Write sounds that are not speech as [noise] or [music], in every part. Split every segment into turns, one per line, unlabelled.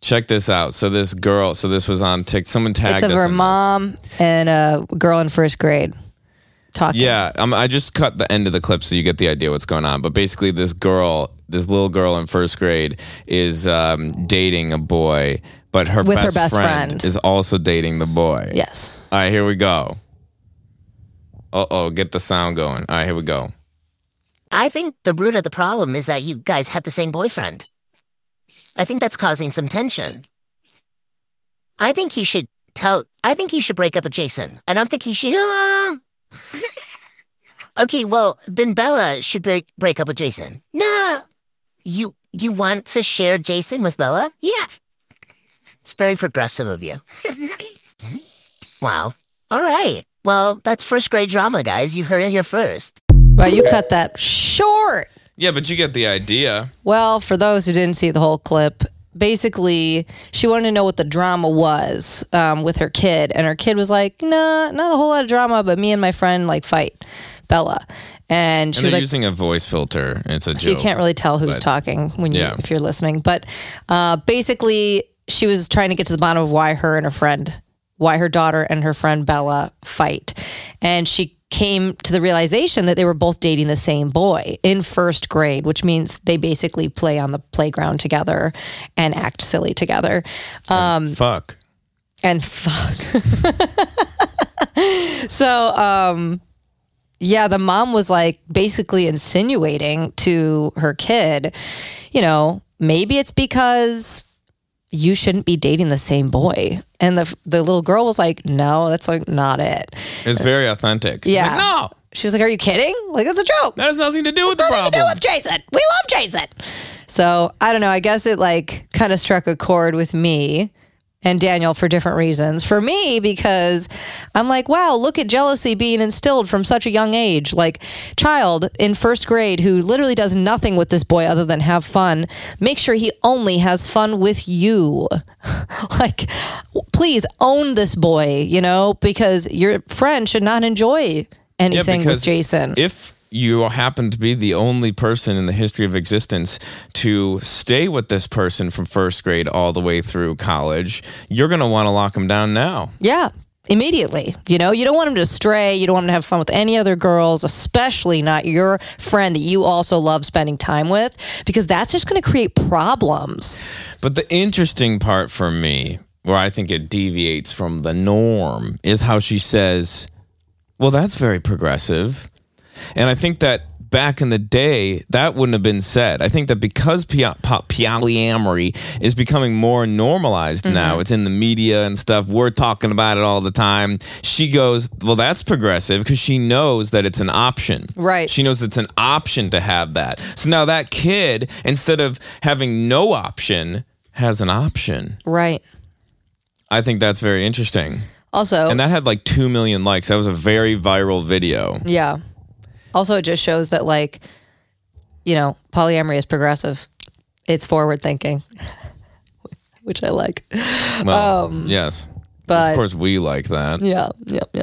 Check this out. So this girl, so this was on TikTok. Someone tagged
It's of
us
her
in this.
mom and a girl in first grade talking.
Yeah, um, I just cut the end of the clip so you get the idea what's going on. But basically, this girl, this little girl in first grade, is um, dating a boy, but her
With
best,
her best
friend,
friend.
is also dating the boy.
Yes.
All right, here we go. Uh oh, get the sound going. All right, here we go.
I think the root of the problem is that you guys have the same boyfriend. I think that's causing some tension. I think he should tell. I think he should break up with Jason. I don't think he should. [laughs] okay, well then Bella should break break up with Jason. No, you you want to share Jason with Bella? Yeah, it's very progressive of you. [laughs] wow. All right. Well, that's first grade drama, guys. You heard it here first.
Well, you cut that short.
Yeah, but you get the idea.
Well, for those who didn't see the whole clip, basically she wanted to know what the drama was um, with her kid, and her kid was like, "Nah, not a whole lot of drama, but me and my friend like fight, Bella," and she
And
was
they're
like.
using a voice filter. It's a
So you
joke.
can't really tell who's
but-
talking when you
Yeah.
if you're listening. But uh, basically, she was trying to get to the bottom of why her and her friend, why her daughter and her friend Bella fight, and she came to the realization that they were both dating the same boy in first grade, which means they basically play on the playground together and act silly together. um,
Fuck.
And fuck. [laughs] so, um, yeah, the mom was like basically insinuating to her kid, you know, maybe it's because you shouldn't be dating the same boy. And the the little girl was like, no, that's like not it.
It's very authentic. She's
Yeah.
like, no,
She was like, are you kidding? Like that's a joke.
that has nothing to do with the
Nothing to do
problem.
with Jason. We love Jason. So I don't know. I guess it like kind of struck a chord with me and Daniel for different reasons. For me, because I'm like, wow, look at jealousy being instilled from such a young age. Like child in first grade who literally does nothing with this boy other than have fun. Make sure he only has fun with you. [laughs] like, w- please own this boy, you know, because your friend should not enjoy anything with
because
Jason.
If you happen to be the only person in the history of existence to stay with this person from first grade all the way through college, you're going to want to lock them down now.
Yeah, immediately. You know, you don't want him to stray. You don't want him to have fun with any other girls, especially not your friend that you also love spending time with, because that's just going to create problems.
But the interesting part for me, where I think it deviates from the norm, is how she says, Well, that's very progressive. And I think that back in the day, that wouldn't have been said. I think that because pia- po- polyamory is becoming more normalized now, it's in the media and stuff. We're talking about it all the time. She goes, Well, that's progressive because she knows that it's an option.
Right.
She knows it's an option to have that. So now that kid, instead of having no option, has an option.
Right.
I think that's very interesting.
Also,
And that had like 2 million likes. That was a very viral video.
yeah. Also, it just shows that, like, you know, polyamory is progressive, it's forward thinking, [laughs] which I like.
Well, yes.
Um, but-
of course we like that.
Yeah, yeah, yeah.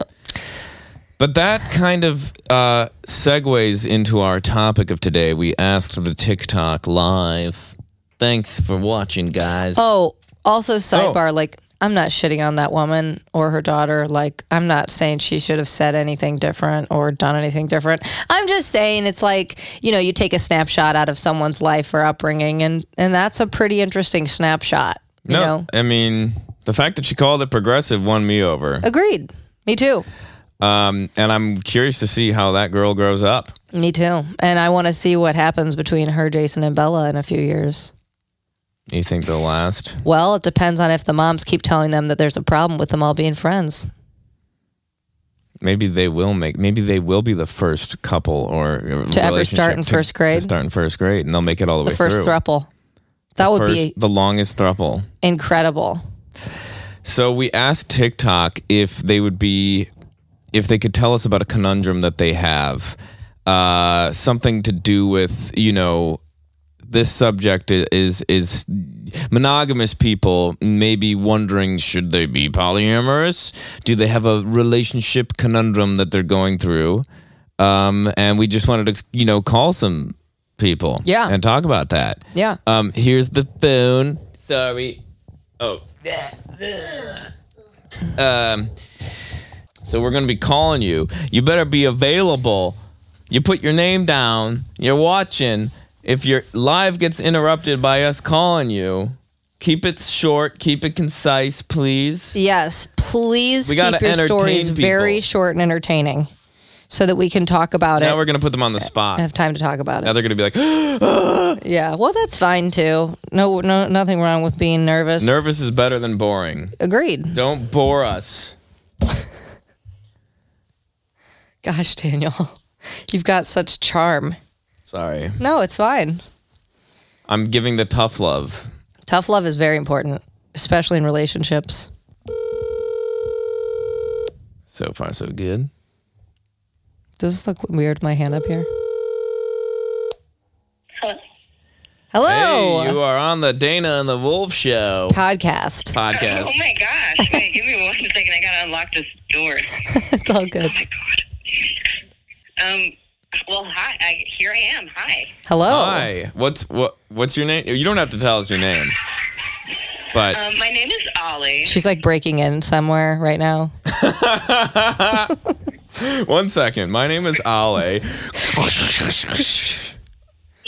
But that kind of uh, segues into our topic of today. We asked the TikTok live. Thanks for watching, guys.
Oh, also
Oh.
sidebar, like I'm not shitting on that woman or her daughter. Like I'm not saying she should have said anything different or done anything different. I'm just saying it's like, you know, you take a snapshot out of someone's life or upbringing and and that's a pretty interesting snapshot, you
no,
know.
I mean, the fact that she called it progressive won me over.
Agreed. Me too.
Um, and I'm curious to see how that girl grows up.
Me too. And I want to see what happens between her, Jason, and Bella in a few years.
You think they'll last?
Well, it depends on if the moms keep telling them that there's a problem with them all being friends.
Maybe they will make. Maybe they will be the first couple or
To ever start
relationship
in
to-
first grade?
To start in first grade, and they'll make it all the,
The
way
first
through.
thruple. That would
First-
be
the longest thruple.
incredible.
So we asked TikTok if they would be, if they could tell us about a conundrum that they have, uh, something to do with you know, this subject i- is is monogamous people maybe wondering should they be polyamorous? Do they have a relationship conundrum that they're going through? Um, and we just wanted to you know call some people
Yeah.
and talk about that.
Yeah.
Um, here's the phone. Sorry. Oh. Um. So we're gonna be calling you. You better be available. You put your name down. You're watching. If your live gets interrupted by us calling you, keep it short. Keep it concise, please.
Yes, please
We gotta
keep your stories
entertain people.
very short and entertaining, so that we can talk about
Now
it.
we're gonna put them on the spot.
have time to talk about it.
Now they're gonna be like, [gasps]
Yeah, well, that's fine too. No, no, nothing wrong with being nervous.
"Nervous is better than boring."
Agreed.
Don't bore us.
Gosh, Daniel, [laughs] you've got such charm.
Sorry,
No, it's fine.
I'm giving the tough love.
Tough love is very important, especially in relationships.
So far, so good.
Does this look weird? My hand up here.
Hello.
Hello,
Hey, you are on the Dana and the Wolf Show
podcast.
podcast.
Oh my gosh. Wait, give me one [laughs] second. I gotta unlock this door.
[laughs] it's all good.
Um well hi I, here I am. Hi.
Hello.
Hi. What's what? What's your name? You don't have to tell us your name, but
Um my name is Ollie.
She's like breaking in somewhere right now.
one second. My name is Ale.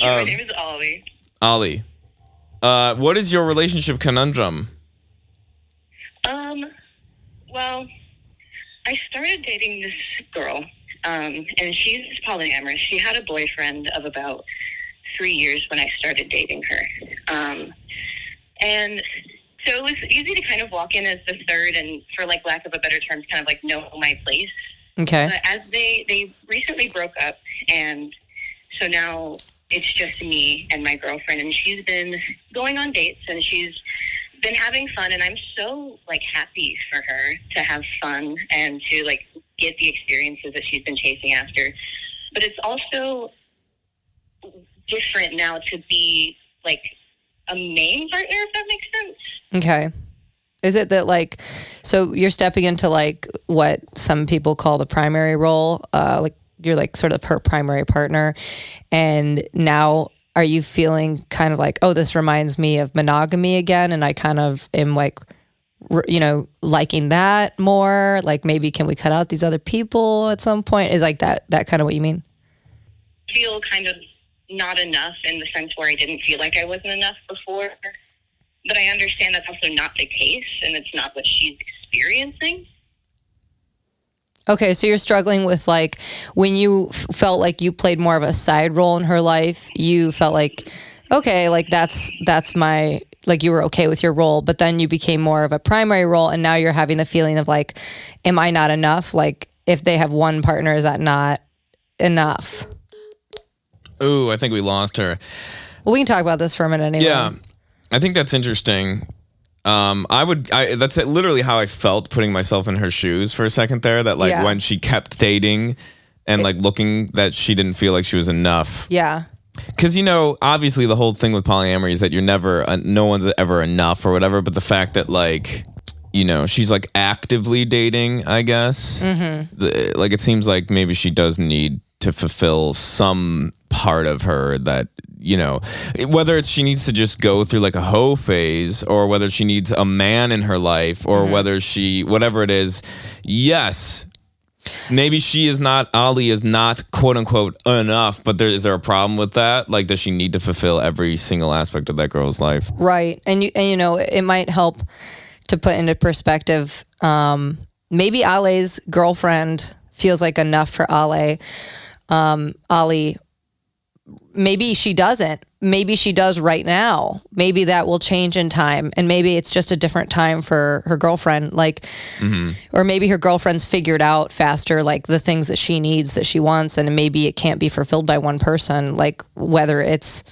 my name is Ollie.
Ali, uh, what is your relationship conundrum?
Um well I started dating this girl, um, and she's polyamorous. She had a boyfriend of about three years when I started dating her. Um and so it was easy to kind of walk in as the third and for like lack of a better term, kind of like know my place.
Okay.
But as they they recently broke up, and so now it's just me and my girlfriend, and she's been going on dates, and she's been having fun, and I'm so like happy for her to have fun and to like get the experiences that she's been chasing after. But it's also different now to be like a main partner, if that makes sense.
Okay. Is it that like, so you're stepping into like what some people call the primary role? Uh, like you're like sort of her primary partner, and now are you feeling kind of like, oh, this reminds me of monogamy again, and I kind of am like, r- you know, liking that more. Like maybe can we cut out these other people at some point? Is like that that kind of what you mean?
feel kind of not enough in the sense where I didn't feel like I wasn't enough before. But I understand that's also not the case, and it's not what she's experiencing.
Okay, so you're struggling with like when you f- felt like you played more of a side role in her life, you felt like okay, like that's that's my like you were okay with your role, but then you became more of a primary role and now you're having the feeling of like am I not enough? Like if they have one partner is that not enough?
Ooh, I think we lost her.
Well, we can talk about this for a minute anyway.
Yeah, I think that's interesting. Um, I would. I, that's literally how I felt putting myself in her shoes for a second there. That like
Yeah.
when she kept dating and like looking that she didn't feel like she was enough.
Yeah.
Because you know, obviously the whole thing with polyamory is that you're never, uh, no one's ever enough or whatever. But the fact that like, you know, she's like actively dating, I guess. Mm-hmm. The, like it seems like maybe she does need to fulfill some part of her that you know whether it's she needs to just go through like a hoe phase or whether she needs a man in her life or whether she whatever it is yes maybe she is not Ali is not quote unquote enough, but there is there a problem with that? Like does she need to fulfill every single aspect of that girl's life?
Right. And you and you know, it might help to put into perspective um maybe Ale's girlfriend feels like enough for Ale. Um Ali maybe she doesn't. Maybe she does right now. Maybe that will change in time and maybe it's just a different time for her girlfriend like or maybe her girlfriend's figured out faster like the things that she needs that she wants and maybe it can't be fulfilled by one person like whether it's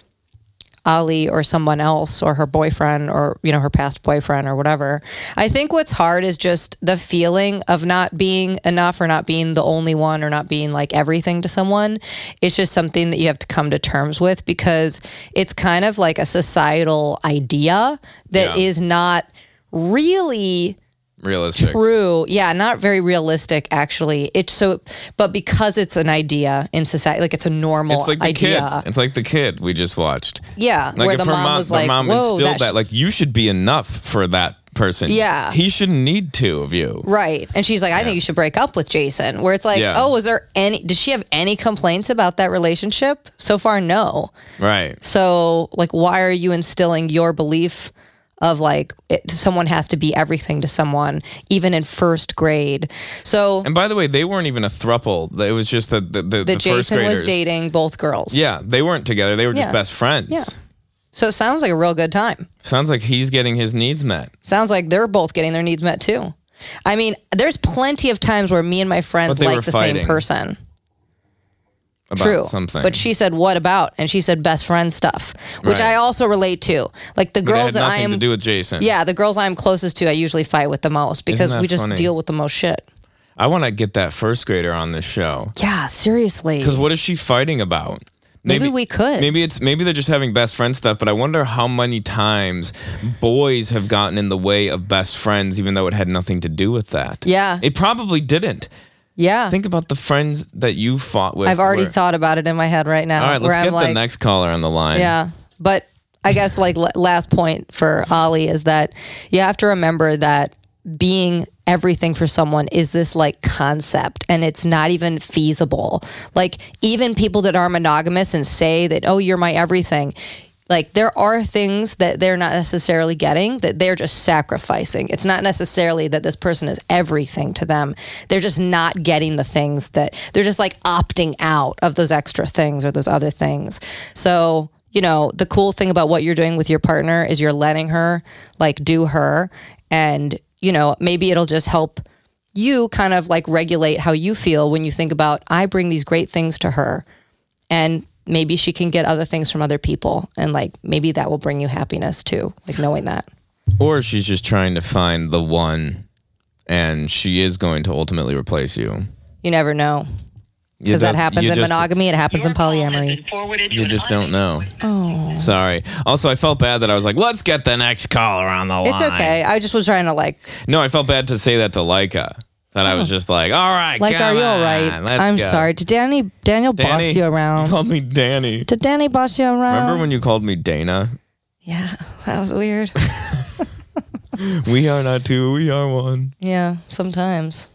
Ali or someone else or her boyfriend or you know her past boyfriend or whatever. I think what's hard is just the feeling of not being enough or not being the only one or not being like everything to someone. It's just something that you have to come to terms with because it's kind of like a societal idea that is
Yeah.
not really
realistic.
True. Yeah, not very realistic actually. It's so but because it's an idea in society, like it's a normal
It's like the
idea.
kid. It's like the kid we just watched.
Yeah,
Like
where
if
the
her
mom, was
the
like,
mom
"Whoa,
instilled
that,
that,
sh-
like you should be enough for that person.
Yeah.
he shouldn't need two of you.
right." And she's like, "I think you should break up with Jason." Where it's like,
Yeah.
"Oh, was there any? Did she have any complaints about that relationship so far? No.
Right.
So like, why are you instilling your belief of like it, someone has to be everything to someone, even in first grade? So
And by the way, they weren't even a thruple. It was just that the, the,
that
the first
Jason
graders.
was dating both girls.
Yeah, they weren't together. They were just
Yeah.
best friends.
Yeah. So it sounds like a real good time.
Sounds like he's getting his needs met.
Sounds like they're both getting their needs met too. I mean, there's plenty of times where me and my friends
But they were
like the
fighting
same person.
About
True.
Something.
But she said, "What about?" And she said, "Best friend stuff," which
Right.
I also relate to. Like the
But it
girls
had
that I
nothing
am,
to do with Jason.
yeah, the girls I am closest to, I usually fight with the most because
that
we just
funny?
deal with the most shit.
I want to get that first grader on this show.
Yeah, seriously.
Because what is she fighting about?
Maybe we could.
Maybe it's maybe they're just having best friend stuff, but I wonder how many times boys have gotten in the way of best friends, even though it had nothing to do with that.
Yeah.
it probably didn't.
Yeah,
Think about the friends that you fought with.
I've already
where-
thought about it in my head right now.
All right, let's
where
get
I'm like,
the next caller on the line.
Yeah. But I guess like l- last point for Ollie is that you have to remember that being everything for someone is this like concept and it's not even feasible. Like even people that are monogamous and say that oh you're my everything like there are things that they're not necessarily getting that they're just sacrificing. It's not necessarily that this person is everything to them. They're just not getting the things that they're just like opting out of those extra things or those other things. So, you know, the cool thing about what you're doing with your partner is you're letting her like do her and, you know, maybe it'll just help you kind of like regulate how you feel when you think about I bring these great things to her and maybe she can get other things from other people and like maybe that will bring you happiness too like knowing that
Or she's just trying to find the one, and she is going to ultimately replace you.
you never know
You
because that
just-
happens
you
in
just-
monogamy it happens in
Your call has
polyamory
been forwarded to
You
an
just don't
automated
know.
Oh.
Sorry. Also, I felt bad that I was like, let's get the next caller on the line.
it's okay i just was trying to like
No, I felt bad to say that to Leica. That I was just like, all right,
like
come
Oh. are you all
on,
right
let's
i'm
go." [laughs]
sorry did danny daniel
Danny,
boss you
[laughs]
around
called me Danny.
did danny boss you around
Remember when you called me Dana?
yeah [laughs] that was weird
We are not two, we are one.
yeah sometimes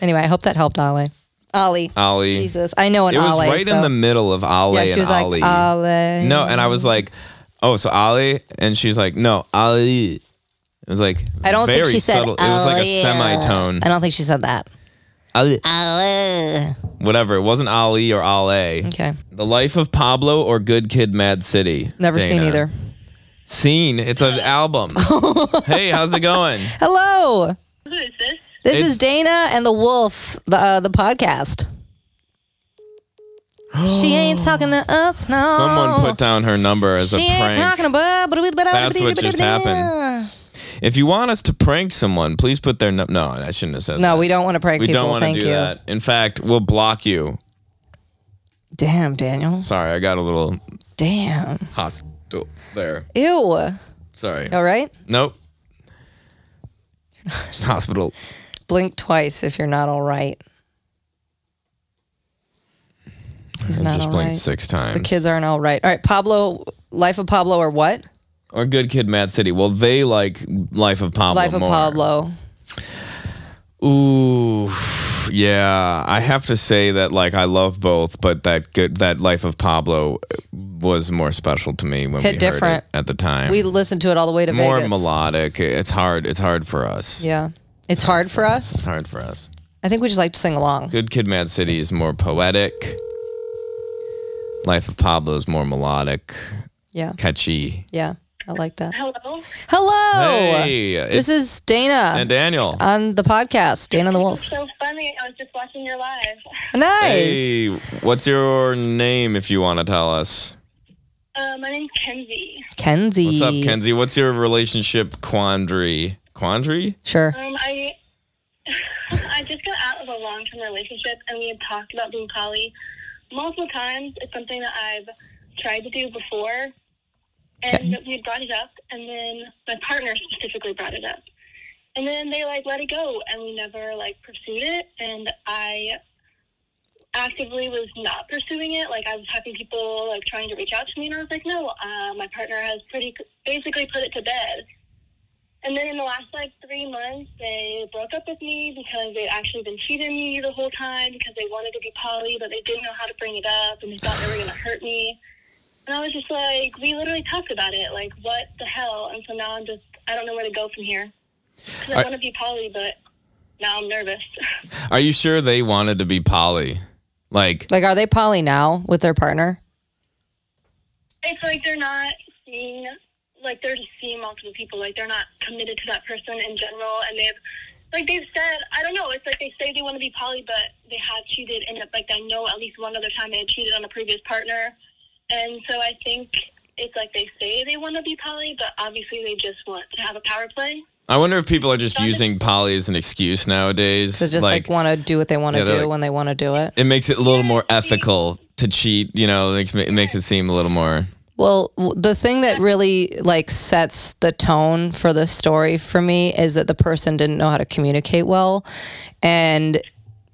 anyway i hope that helped ollie ollie
Ollie.
jesus i know an
It was
ollie
right in
so-
the middle of Ollie
yeah she
and
was
Ollie.
like ollie
No, and I was like, oh, so Ollie? And she's like, no, Ollie. It was like,
i don't
very
think she said
subtle. It was like a
"Ollie."
semitone.
i don't think she said that
Ollie.
Ollie.
Whatever. It wasn't Ollie or Ollie.
okay
The Life of Pablo or Good Kid Mad City?
Never seen
Dana?
either. Oh.
Seen. It's an
[laughs]
album. hey, how's it going?
Hello.
Who is this?
This
It's-
is Dana and the Wolf, the uh, the podcast. she ain't talking to us no.
Someone put down her number as
Oh. She
a prank.
ain't talking about. That's
what just happened. if you want us to prank someone, please put their num No, I shouldn't have said that.
No, we don't want to prank
We
people.
don't want to
Thank
do
you.
that. In fact, we'll block you.
Damn, Daniel.
Sorry, I got a little
Damn.
hostile there.
Ew. All
Sorry.
right.
Nope. [laughs] Hospital.
Blink twice if you're not all right. He's
I
not
just
all
blinked
right.
six times.
The kids aren't all right. All right, Pablo. Life of Pablo or what?
or Good Kid, Mad City. Well, they like Life of Pablo.
Life of
more.
Pablo.
Ooh, yeah. I have to say that like I love both, but that good that Life of Pablo was more special to me when
Hit
we heard
different.
it at the time.
We listened to it all the way to
more
Vegas.
melodic. It's hard. It's hard for us.
Yeah. It's hard for
It's
us.
hard for us.
I think we just like to sing along.
Good Kid, Mad City is more poetic. Life of Pablo is more melodic,
Yeah.
catchy.
Yeah. I like that.
Hello?
Hello.
Hey,
Oh, uh, this is uh, Dana
and Daniel.
on the podcast, Dana and the
This
Wolf.
is so funny. I was just watching your live.
Nice.
Hey, what's your name if you want to tell us?
Uh, my name's Kenzie.
Kenzie.
What's up, Kenzie? What's your relationship quandary? Quandary?
Sure.
Um, I [laughs] I just got out of a long term relationship, and we had talked about being poly multiple times. It's something that I've tried to do before, and we had brought it up, and then my partner specifically brought it up, And then they like let it go, and we never like pursued it. And I actively was not pursuing it. Like I was having people like trying to reach out to me, and I was like, no, uh, my partner has pretty basically put it to bed. And then in the last like three months, they broke up with me because they'd actually been cheating me the whole time because they wanted to be poly, but they didn't know how to bring it up, and they thought they were gonna hurt me. And I was just like, we literally talked about it. Like, what the hell? And so now I'm just, I don't know where to go from here. 'Cause I,
I-
want to be poly, but now I'm nervous. [laughs]
Are you sure they wanted to be poly? Like,
Like, are they poly now with their partner?
it's like they're not seeing, like, they're just seeing multiple people. Like, they're not committed to that person in general. And they've, like, they've said, I don't know. It's like they say they want to be poly, but they have cheated. And, like, I know at least one other time they had cheated on a previous partner. And so I think it's like they say they want to be poly, but obviously they just want to have a power play.
I wonder if people are just using poly as an excuse nowadays.
To just like, want to do what they want to
Yeah, they're
do
like-
when they want to do it.
it makes it a little more ethical to cheat. You know, it makes, it makes it seem a little more.
Well, w- the thing that really like sets the tone for the story for me is that the person didn't know how to communicate well and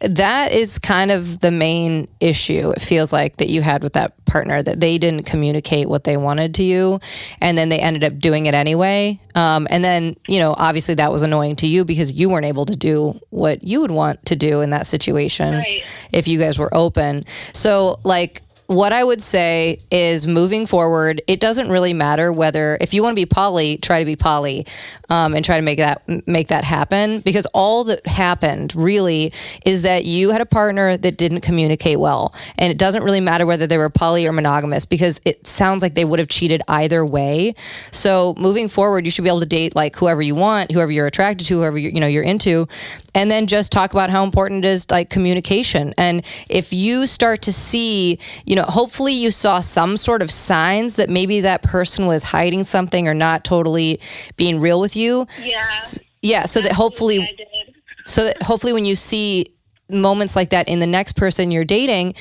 that is kind of the main issue it feels like that you had with that partner that they didn't communicate what they wanted to you and then they ended up doing it anyway um, and then you know obviously that was annoying to you because you weren't able to do what you would want to do in that situation
Right.
if you guys were open. So, like, what I would say is moving forward, it doesn't really matter whether if you want to be poly, try to be poly, um, and try to make that make that happen. Because all that happened really is that you had a partner that didn't communicate well, and it doesn't really matter whether they were poly or monogamous because it sounds like they would have cheated either way. So moving forward, you should be able to date like whoever you want, whoever you're attracted to, whoever you you know you're into, and then just talk about how important it is like communication. And if you start to see, you know, hopefully you saw some sort of signs that maybe that person was hiding something or not totally being real with you.
Yeah.
S- Yeah, so that hopefully
I did.
so that hopefully when you see moments like that in the next person you're dating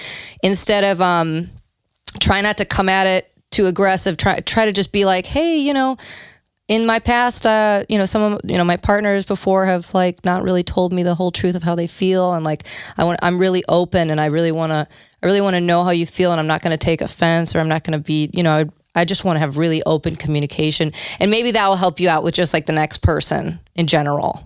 instead of um try not to come at it too aggressive try try to just be like hey you know in my past uh you know some of you know my partners before have like not really told me the whole truth of how they feel and like I want I'm really open and I really want to I really want to know how you feel and I'm not going to take offense or I'm not going to be you know I, I just want to have really open communication and maybe that will help you out with just like the next person in general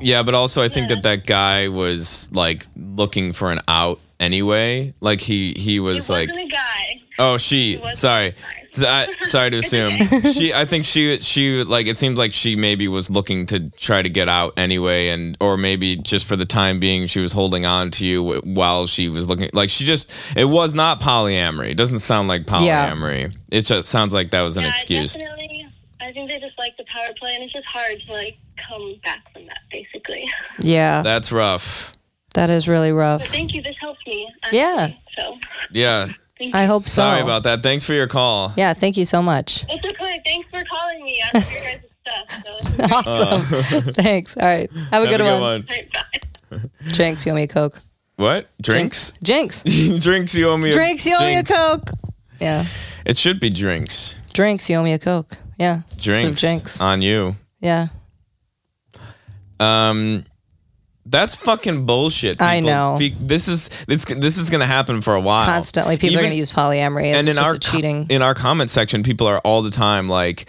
Yeah, but also I think that that guy was like looking for an out anyway. Like he he
It
was
wasn't
like
a guy.
oh she
wasn't
sorry
a
Z- I, sorry to assume
[laughs]
she I think she she like it seems like she maybe was looking to try to get out anyway and or maybe just for the time being she was holding on to you wh- while she was looking like she just it was not polyamory. It doesn't sound like
Yeah.
polyamory. It just sounds like that was an
Yeah,
excuse.
Definitely, I think they just like the power play, and it's just hard to like come back from that, basically. [laughs]
Yeah,
That's rough.
that is really
But
rough.
thank you. This helps me.
Yeah.
So
Yeah.
thank
I
you.
hope so.
Sorry about that. Thanks for your call.
Yeah, thank you so much. [laughs]
It's okay. [laughs] Thanks for calling me. I love your guys' stuff. So it's great.
Awesome. [laughs] Thanks. All right. Have a
Uh. Have
good, one.
All right, bye.
Jinx, you owe me a Coke.
What? Drinks?
Jinx.
[laughs] drinks, you owe me a
Drinks, you owe me a
Jinx.
Coke. Yeah.
It should be drinks.
Drinks, you owe me a Coke. Yeah.
Drinks.
Some jinx.
On you.
Yeah.
Um that's fucking bullshit.
I
people.
know.
Fe- This is this this is gonna happen for a while.
Constantly, people are
Even-
going to use polyamory as
and in
just
our
a
co-
cheating.
in our comment section, people are all the time like,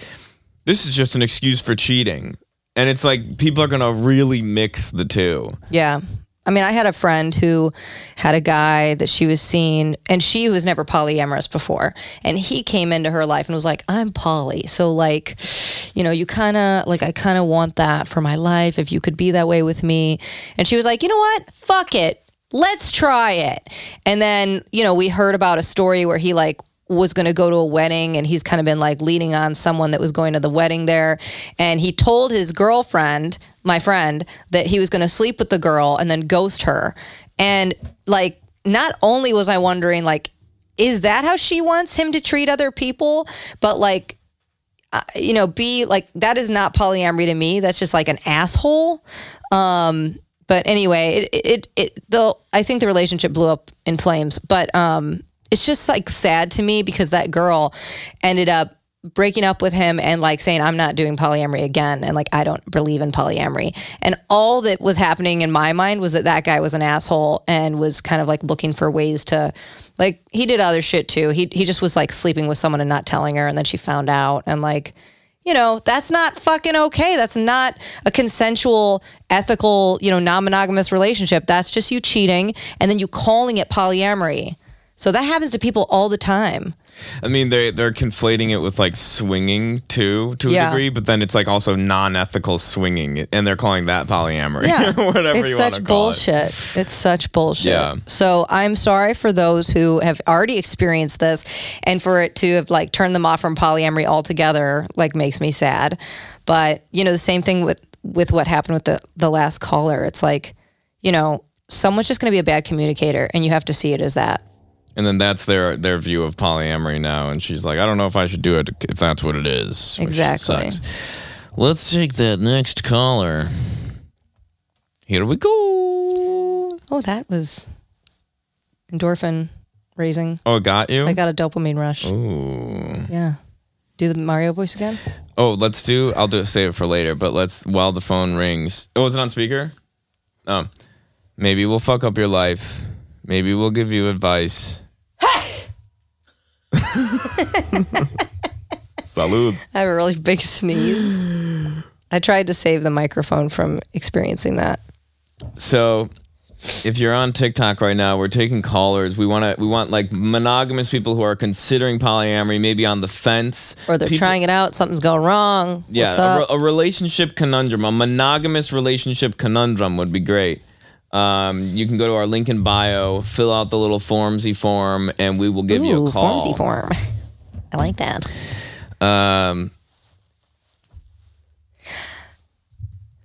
"This is just an excuse for cheating," and it's like people are gonna really mix the two.
Yeah. I mean, I had a friend who had a guy that she was seeing, and she was never polyamorous before. And he came into her life and was like, I'm poly. So, like, you know, you kind of, like, I kind of want that for my life if you could be that way with me. And she was like, you know what? Fuck it. Let's try it. And then, you know, we heard about a story where he, like, was going to go to a wedding and he's kind of been like leaning on someone that was going to the wedding there and he told his girlfriend my friend that he was going to sleep with the girl and then ghost her and like not only was i wondering like is that how she wants him to treat other people but like I- you know be like that is not polyamory to me that's just like an asshole um but anyway it it, it though i think the relationship blew up in flames but um it's just like sad to me because that girl ended up breaking up with him and like saying I'm not doing polyamory again and like I don't believe in polyamory. And all that was happening in my mind was that that guy was an asshole and was kind of like looking for ways to like he did other shit too. He he just was like sleeping with someone and not telling her and then she found out and like you know, that's not fucking okay. That's not a consensual, ethical, you know, non monogamous relationship. That's just you cheating and then you calling it polyamory. So that happens to people all the time.
I mean, they they're conflating it with like swinging too, to
Yeah.
a degree, but then it's like also non-ethical swinging, and they're calling that polyamory, [laughs]
Yeah.
whatever
it's
you want to
such
call it.
bullshit. It's such bullshit.
Yeah.
So I'm sorry for those who have already experienced this and for it to have like turned them off from polyamory altogether, like makes me sad. But, you know, the same thing with with what happened with the the last caller. It's like, you know, someone's just going to be a bad communicator and you have to see it as that.
And then that's their their view of polyamory now, and she's like, I don't know if I should do it if that's what it is. which
Exactly.
sucks. Let's take that next caller. Here we go.
Oh, that was endorphin raising.
Oh, it got you.
I got a dopamine rush.
Ooh.
Yeah. Do the Mario voice again?
Oh, let's do. I'll do it. Save it for later. But let's while the phone rings. Oh, is it on speaker? Um, maybe we'll fuck up your life. Maybe we'll give you advice. Salud.
I have a really big sneeze. I tried to save the microphone from experiencing that.
So, if you're on TikTok right now, we're taking callers. We want to. We want like monogamous people who are considering polyamory, maybe on the fence,
Or they're
People-
trying it out, something's going wrong. What's
Yeah, a,
up?
re- a relationship conundrum, a monogamous relationship conundrum would be great. Um, you can go to our link in bio, fill out the little formsy form, and we will give you
Ooh,
a call.
formsy form. I like that.
Um,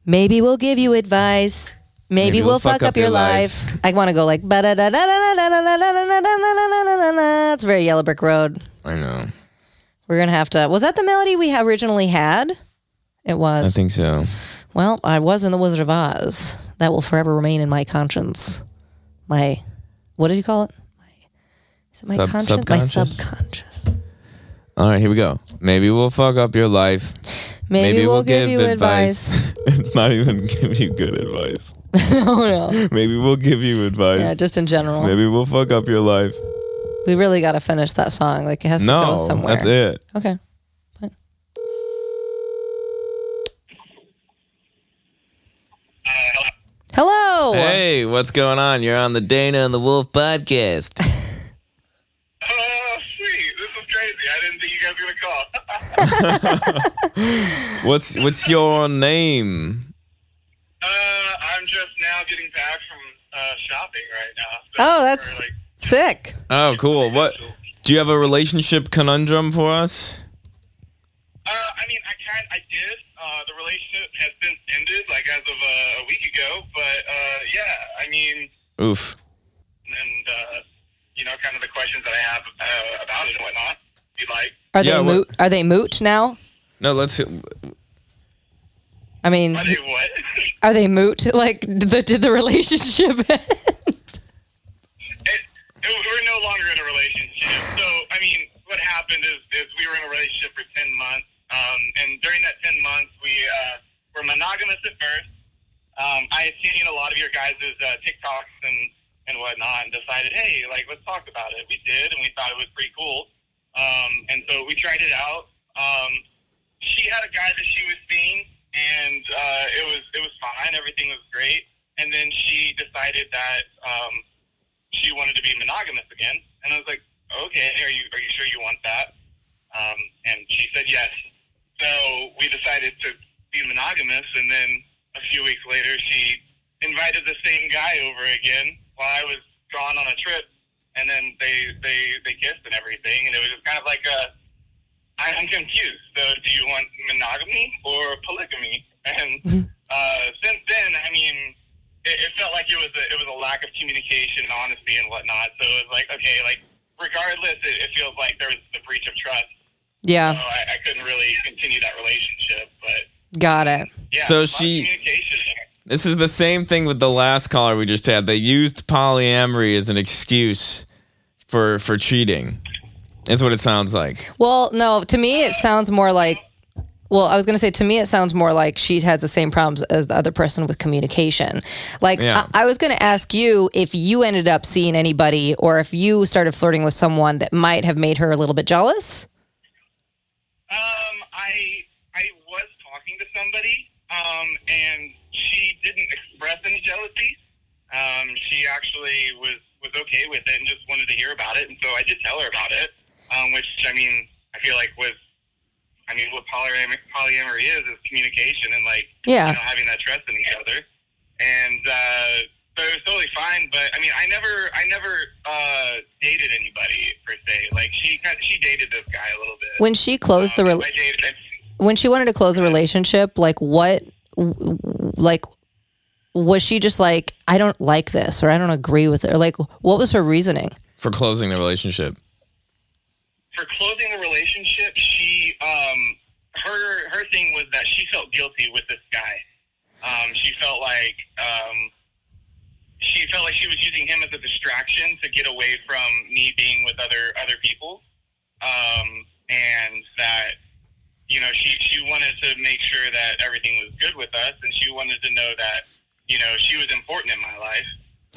Maybe we'll give you advice. Maybe, we'll, fuck, up, your life. I want to go like ba da da da da da da da da da da da da. It's very Yellow Brick Road.
I know.
We're gonna have to. Was that the melody we ha- originally had? It was.
I think so.
well, I was in the Wizard of Oz. That will forever remain in my conscience. My, what did you call it? My, is it my
Sub-
conscience? My
subconscious?
subconscious.
All right, here we go. Maybe we'll fuck up your life.
Maybe, we'll, give, you advice.
[laughs] it's not even give you good advice.
oh [laughs] no.
Maybe we'll give you advice. [laughs]
Yeah, just in general.
Maybe we'll fuck up your life.
We really got to finish that song. Like it has to go
No,
somewhere.
that's it.
Okay. But Hello.
Hey, what's going on? You're on the Dana and the Wolf podcast.
[laughs]
Oh, sweet. This is crazy. I didn't think you guys were going to call. [laughs]
What's what's your name?
uh, I'm just now getting back from uh, shopping right now. So
Oh, that's
we're, like,
sick.
Oh, cool. What do you have a relationship conundrum for us?
uh, I mean, I kind I did. Uh, the relationship has since ended, like as of uh, a week ago. But uh, yeah, I mean,
Oof.
and uh, you know, kind of the questions that I have uh, about it and whatnot. If you like,
Are
Yeah,
they
what-
moot? Are they moot now?
No, let's.
I mean,
I do what? [laughs]
are they moot? [laughs] Like, did the, did the relationship? [laughs] end?
it, it, we're no longer in a relationship. So, I mean, what happened is, is we were in a relationship for 10 months. Um, and during that 10 months, we uh, were monogamous at first. Um, I had seen a lot of your guys' uh, TikToks and, and whatnot and decided, hey, like, let's talk about it. We did, and we thought it was pretty cool. Um, and so we tried it out. Um, she had a guy that she was seeing, and uh, it was it was fine. Everything was great. And then she decided that um, she wanted to be monogamous again, and I was like, okay, are you are you sure you want that? Um, and she said yes. So we decided to be monogamous, and then a few weeks later, she invited the same guy over again while I was gone on a trip, and then they they they kissed and everything, and it was just kind of like a I- I'm confused. So, do you want monogamy or polygamy? And uh, since then, I mean, it, it felt like it was a, it was a lack of communication, and honesty, and whatnot. So it was like, okay, like regardless, it, it feels like there was the breach of trust. So
yeah,
I, I couldn't really continue that relationship, but
got it.
yeah,
So
a lot of
she-
communication. there.
This is the same thing with the last caller we just had. They used polyamory as an excuse for for cheating. That's what it sounds like.
Well, no, to me it sounds more like well, I was going to say to me it sounds more like she has the same problems as the other person with communication. Like
Yeah.
I, I was going to ask you if you ended up seeing anybody or if you started flirting with someone that might have made her a little bit jealous.
Um, I I was talking to somebody, um, and she didn't express any jealousy. Um, she actually was was okay with it and just wanted to hear about it, and so I did tell her about it. Um, which I mean, I feel like was, I mean, what polyamory, polyamory is is communication and like
Yeah.
you know, having that trust in each other. And uh, so it was totally fine. But I mean, I never, I never uh, dated anybody per se. Like she, kind she dated this guy a little bit.
When she closed the
Um,
re-
I dated-
when she wanted to close a relationship, like what w- like was she just like I don't like this or I don't agree with it or like what was her reasoning?
For closing the relationship.
for closing the relationship, she um her her thing was that she felt guilty with this guy. Um, she felt like um, she felt like she was using him as a distraction to get away from me being with other other people, um, and that you know she she wanted to make sure that everything was good with us, and she wanted to know that you know she was important in my life.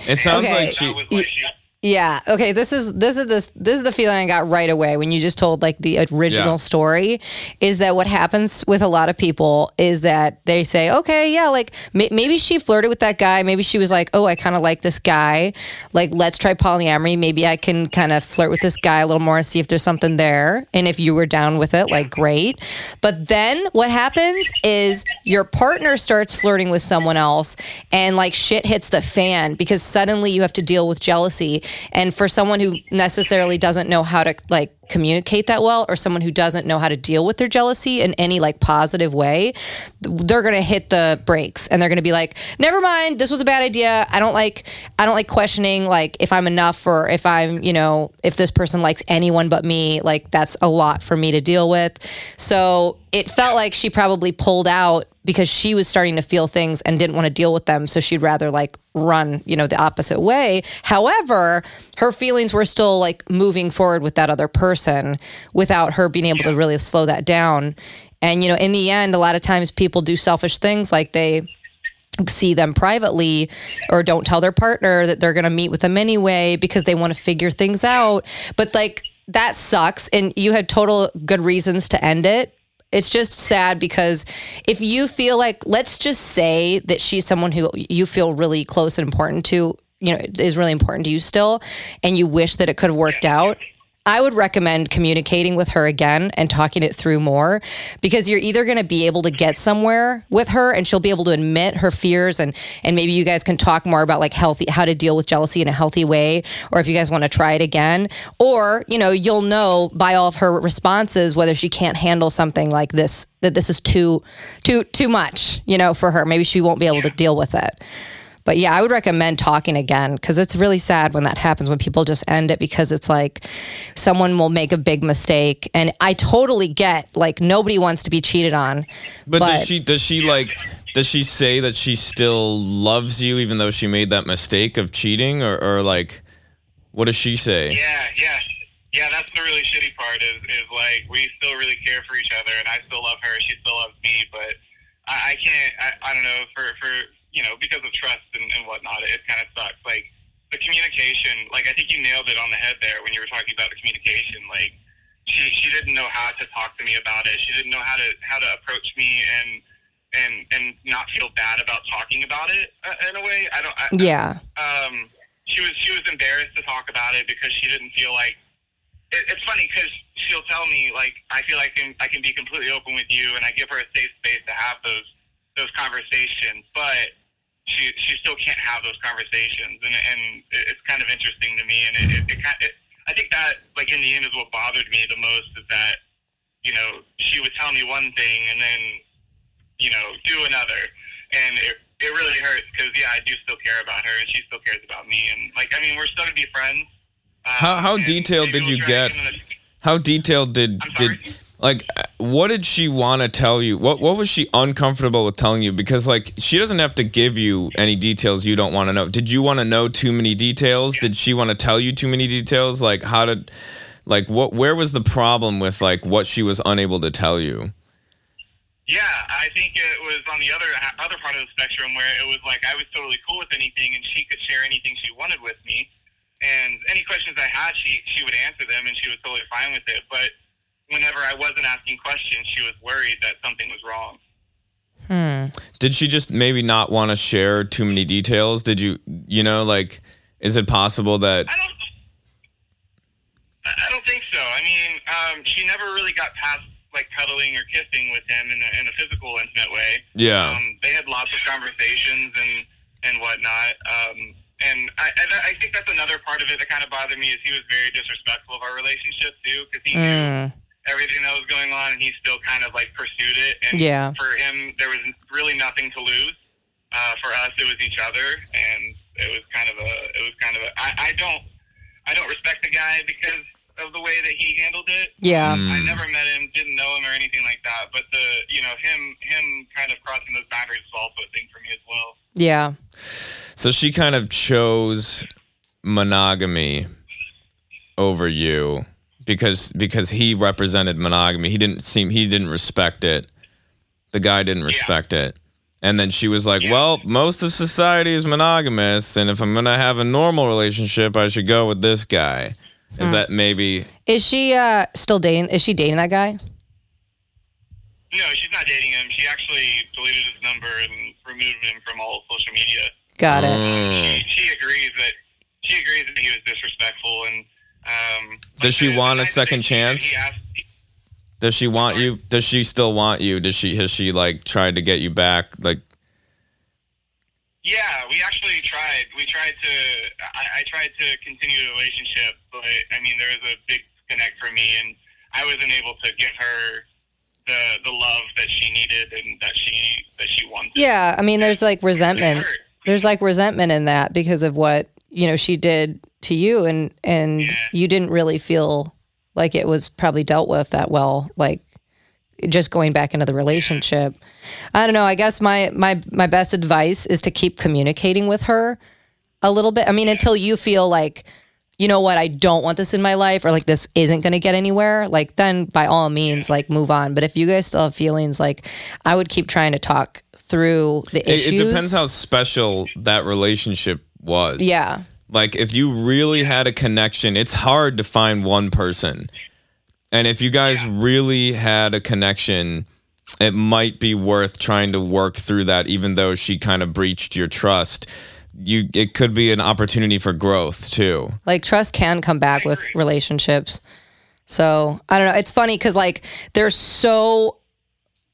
It sounds
Okay.
like she.
that was like she.
Yeah. Okay. This is this is this this is the feeling I got right away when you just told like the original
Yeah.
story. Is that what happens with a lot of people? Is that they say, okay, yeah, like may- maybe she flirted with that guy. Maybe she was like, oh, I kind of like this guy. Like, let's try polyamory. Maybe I can kind of flirt with this guy a little more and see if there's something there. And if you were down with it, like, great. But then what happens is your partner starts flirting with someone else and like shit hits the fan because suddenly you have to deal with jealousy. And for someone who necessarily doesn't know how to like communicate that well or someone who doesn't know how to deal with their jealousy in any like positive way, they're going to hit the brakes and they're going to be like, "Never mind, this was a bad idea. I don't like I don't like questioning like if I'm enough or if I'm, you know, if this person likes anyone but me, like that's a lot for me to deal with." So, it felt like she probably pulled out because she was starting to feel things and didn't want to deal with them. So she'd rather like run, you know, the opposite way. However, her feelings were still like moving forward with that other person without her being able to really slow that down. And, you know, in the end, a lot of times people do selfish things like they see them privately or don't tell their partner that they're going to meet with them anyway because they want to figure things out. But like that sucks. And you had total good reasons to end it. It's just sad because if you feel like, let's just say that she's someone who you feel really close and important to, you know, is really important to you still, and you wish that it could have worked out. I would recommend communicating with her again and talking it through more because you're either going to be able to get somewhere with her and she'll be able to admit her fears and and maybe you guys can talk more about like healthy how to deal with jealousy in a healthy way or if you guys want to try it again or you know you'll know by all of her responses whether she can't handle something like this that this is too too too much you know for her maybe she won't be able to deal with it but yeah, I would recommend talking again because it's really sad when that happens when people just end it because it's like someone will make a big mistake, and I totally get like nobody wants to be cheated on.
But,
But-
does she does she like does she say that she still loves you even though she made that mistake of cheating or, or like what does she say?
Yeah, yeah, yeah. That's the really shitty part. Is is like we still really care for each other, and I still love her. She still loves me, but I, I can't. I, I don't know for for you know because of trust and, and whatnot. It, kind of sucks. Like the communication. Like I think you nailed it on the head there when you were talking about the communication. Like she she didn't know how to talk to me about it. She didn't know how to how to approach me and. And, and not feel bad about talking about it uh, in a way. I don't. I,
Yeah,
um, she was she was embarrassed to talk about it because she didn't feel like. It, it's funny because she'll tell me like I feel like I can, I can be completely open with you, and I give her a safe space to have those those conversations, but she she still can't have those conversations, and and it- it's kind of interesting to me, and it it, it, kind it I think that like in the end is what bothered me the most is that you know she would tell me one thing and then you know, do another. And it, it really hurts because, yeah, I do still care about her and she still cares about me. And, like, I mean, we're still going to be friends. Um,
How- how
and
detailed
maybe
did
we'll
you
try
get?
again in the-
How detailed did
I'm
did
sorry?
like uh, what did she want to tell you? What what was she uncomfortable with telling you? Because like she doesn't have to give you any details you don't want to know. Did you want to know too many details? Did she want to tell you too many details? Like how did Like what where was the problem with like what she was unable to tell you?
Yeah, I think it was on the other other part of the spectrum where it was like I was totally cool with anything, and she could share anything she wanted with me, and any questions I had, she she would answer them, and she was totally fine with it. But whenever I wasn't asking questions, she was worried that something was wrong.
Did she just maybe not want to share too many details? Did you you know like is it possible that
I don't. I I don't think so. I mean, um, she never really got past like cuddling or kissing with him in a, in a physical, intimate way.
Oh.
yeah.
Um, they had lots of conversations and and whatnot. Um, and I, I I think that's another part of it that kind of bothered me is he was very disrespectful of our relationship too because he knew
Mm.
everything that was going on and he still kind of like pursued it. And
Yeah.
for him, there was really nothing to lose. Uh, for us, it was each other, and it was kind of a it was kind of a I, I don't I don't respect the guy because of the way that he handled it.
Yeah.
Mm.
I never met him, didn't know him or anything like that. But the you know him him kind of crossing those boundaries is also a thing for me as well.
Yeah.
So she kind of chose monogamy over you because because he represented monogamy. He didn't seem he didn't respect it. The guy didn't respect it. And then she was like,
Yeah.
"Well, most of society is monogamous, and if I'm going to have a normal relationship, I should go with this guy." Is that maybe
Is she uh still dating? Is she dating that guy?
No, she's not dating him. She actually deleted his number and removed him from all social media.
Got it.
Mm.
She, she agrees that she agrees that he was disrespectful and. Um,
Does
like
she
the- the
want a
fact that
second
she- that
chance?
He asked,
Does she want you? Does she still want you? Does she has she like tried to get you back? Like
Yeah, we actually tried. We tried to. I, I tried to continue the relationship, but I mean, there was a big disconnect for me, and I wasn't able to give her the the love that she needed and that she that she wanted.
Yeah, I mean, there's like resentment.
It hurt.
There's like resentment in that because of what you know she did to you, and and
Yeah.
you didn't really feel like it was probably dealt with that well. Like just going back into the relationship. I don't know. I guess my my my best advice is to keep communicating with her a little bit. I mean, until you feel like you know what, I don't want this in my life, or like this isn't going to get anywhere, like then by all means, like move on. But if you guys still have feelings, like I would keep trying to talk through the
it, it
issues.
depends how special that relationship was.
Yeah.
Like if you really had a connection, it's hard to find one person. And if you guys really had a connection, it might be worth trying to work through that even though she kind of breached your trust. You it could be an opportunity for growth too.
Like trust can come back with relationships. So I don't know. It's funny because like there's so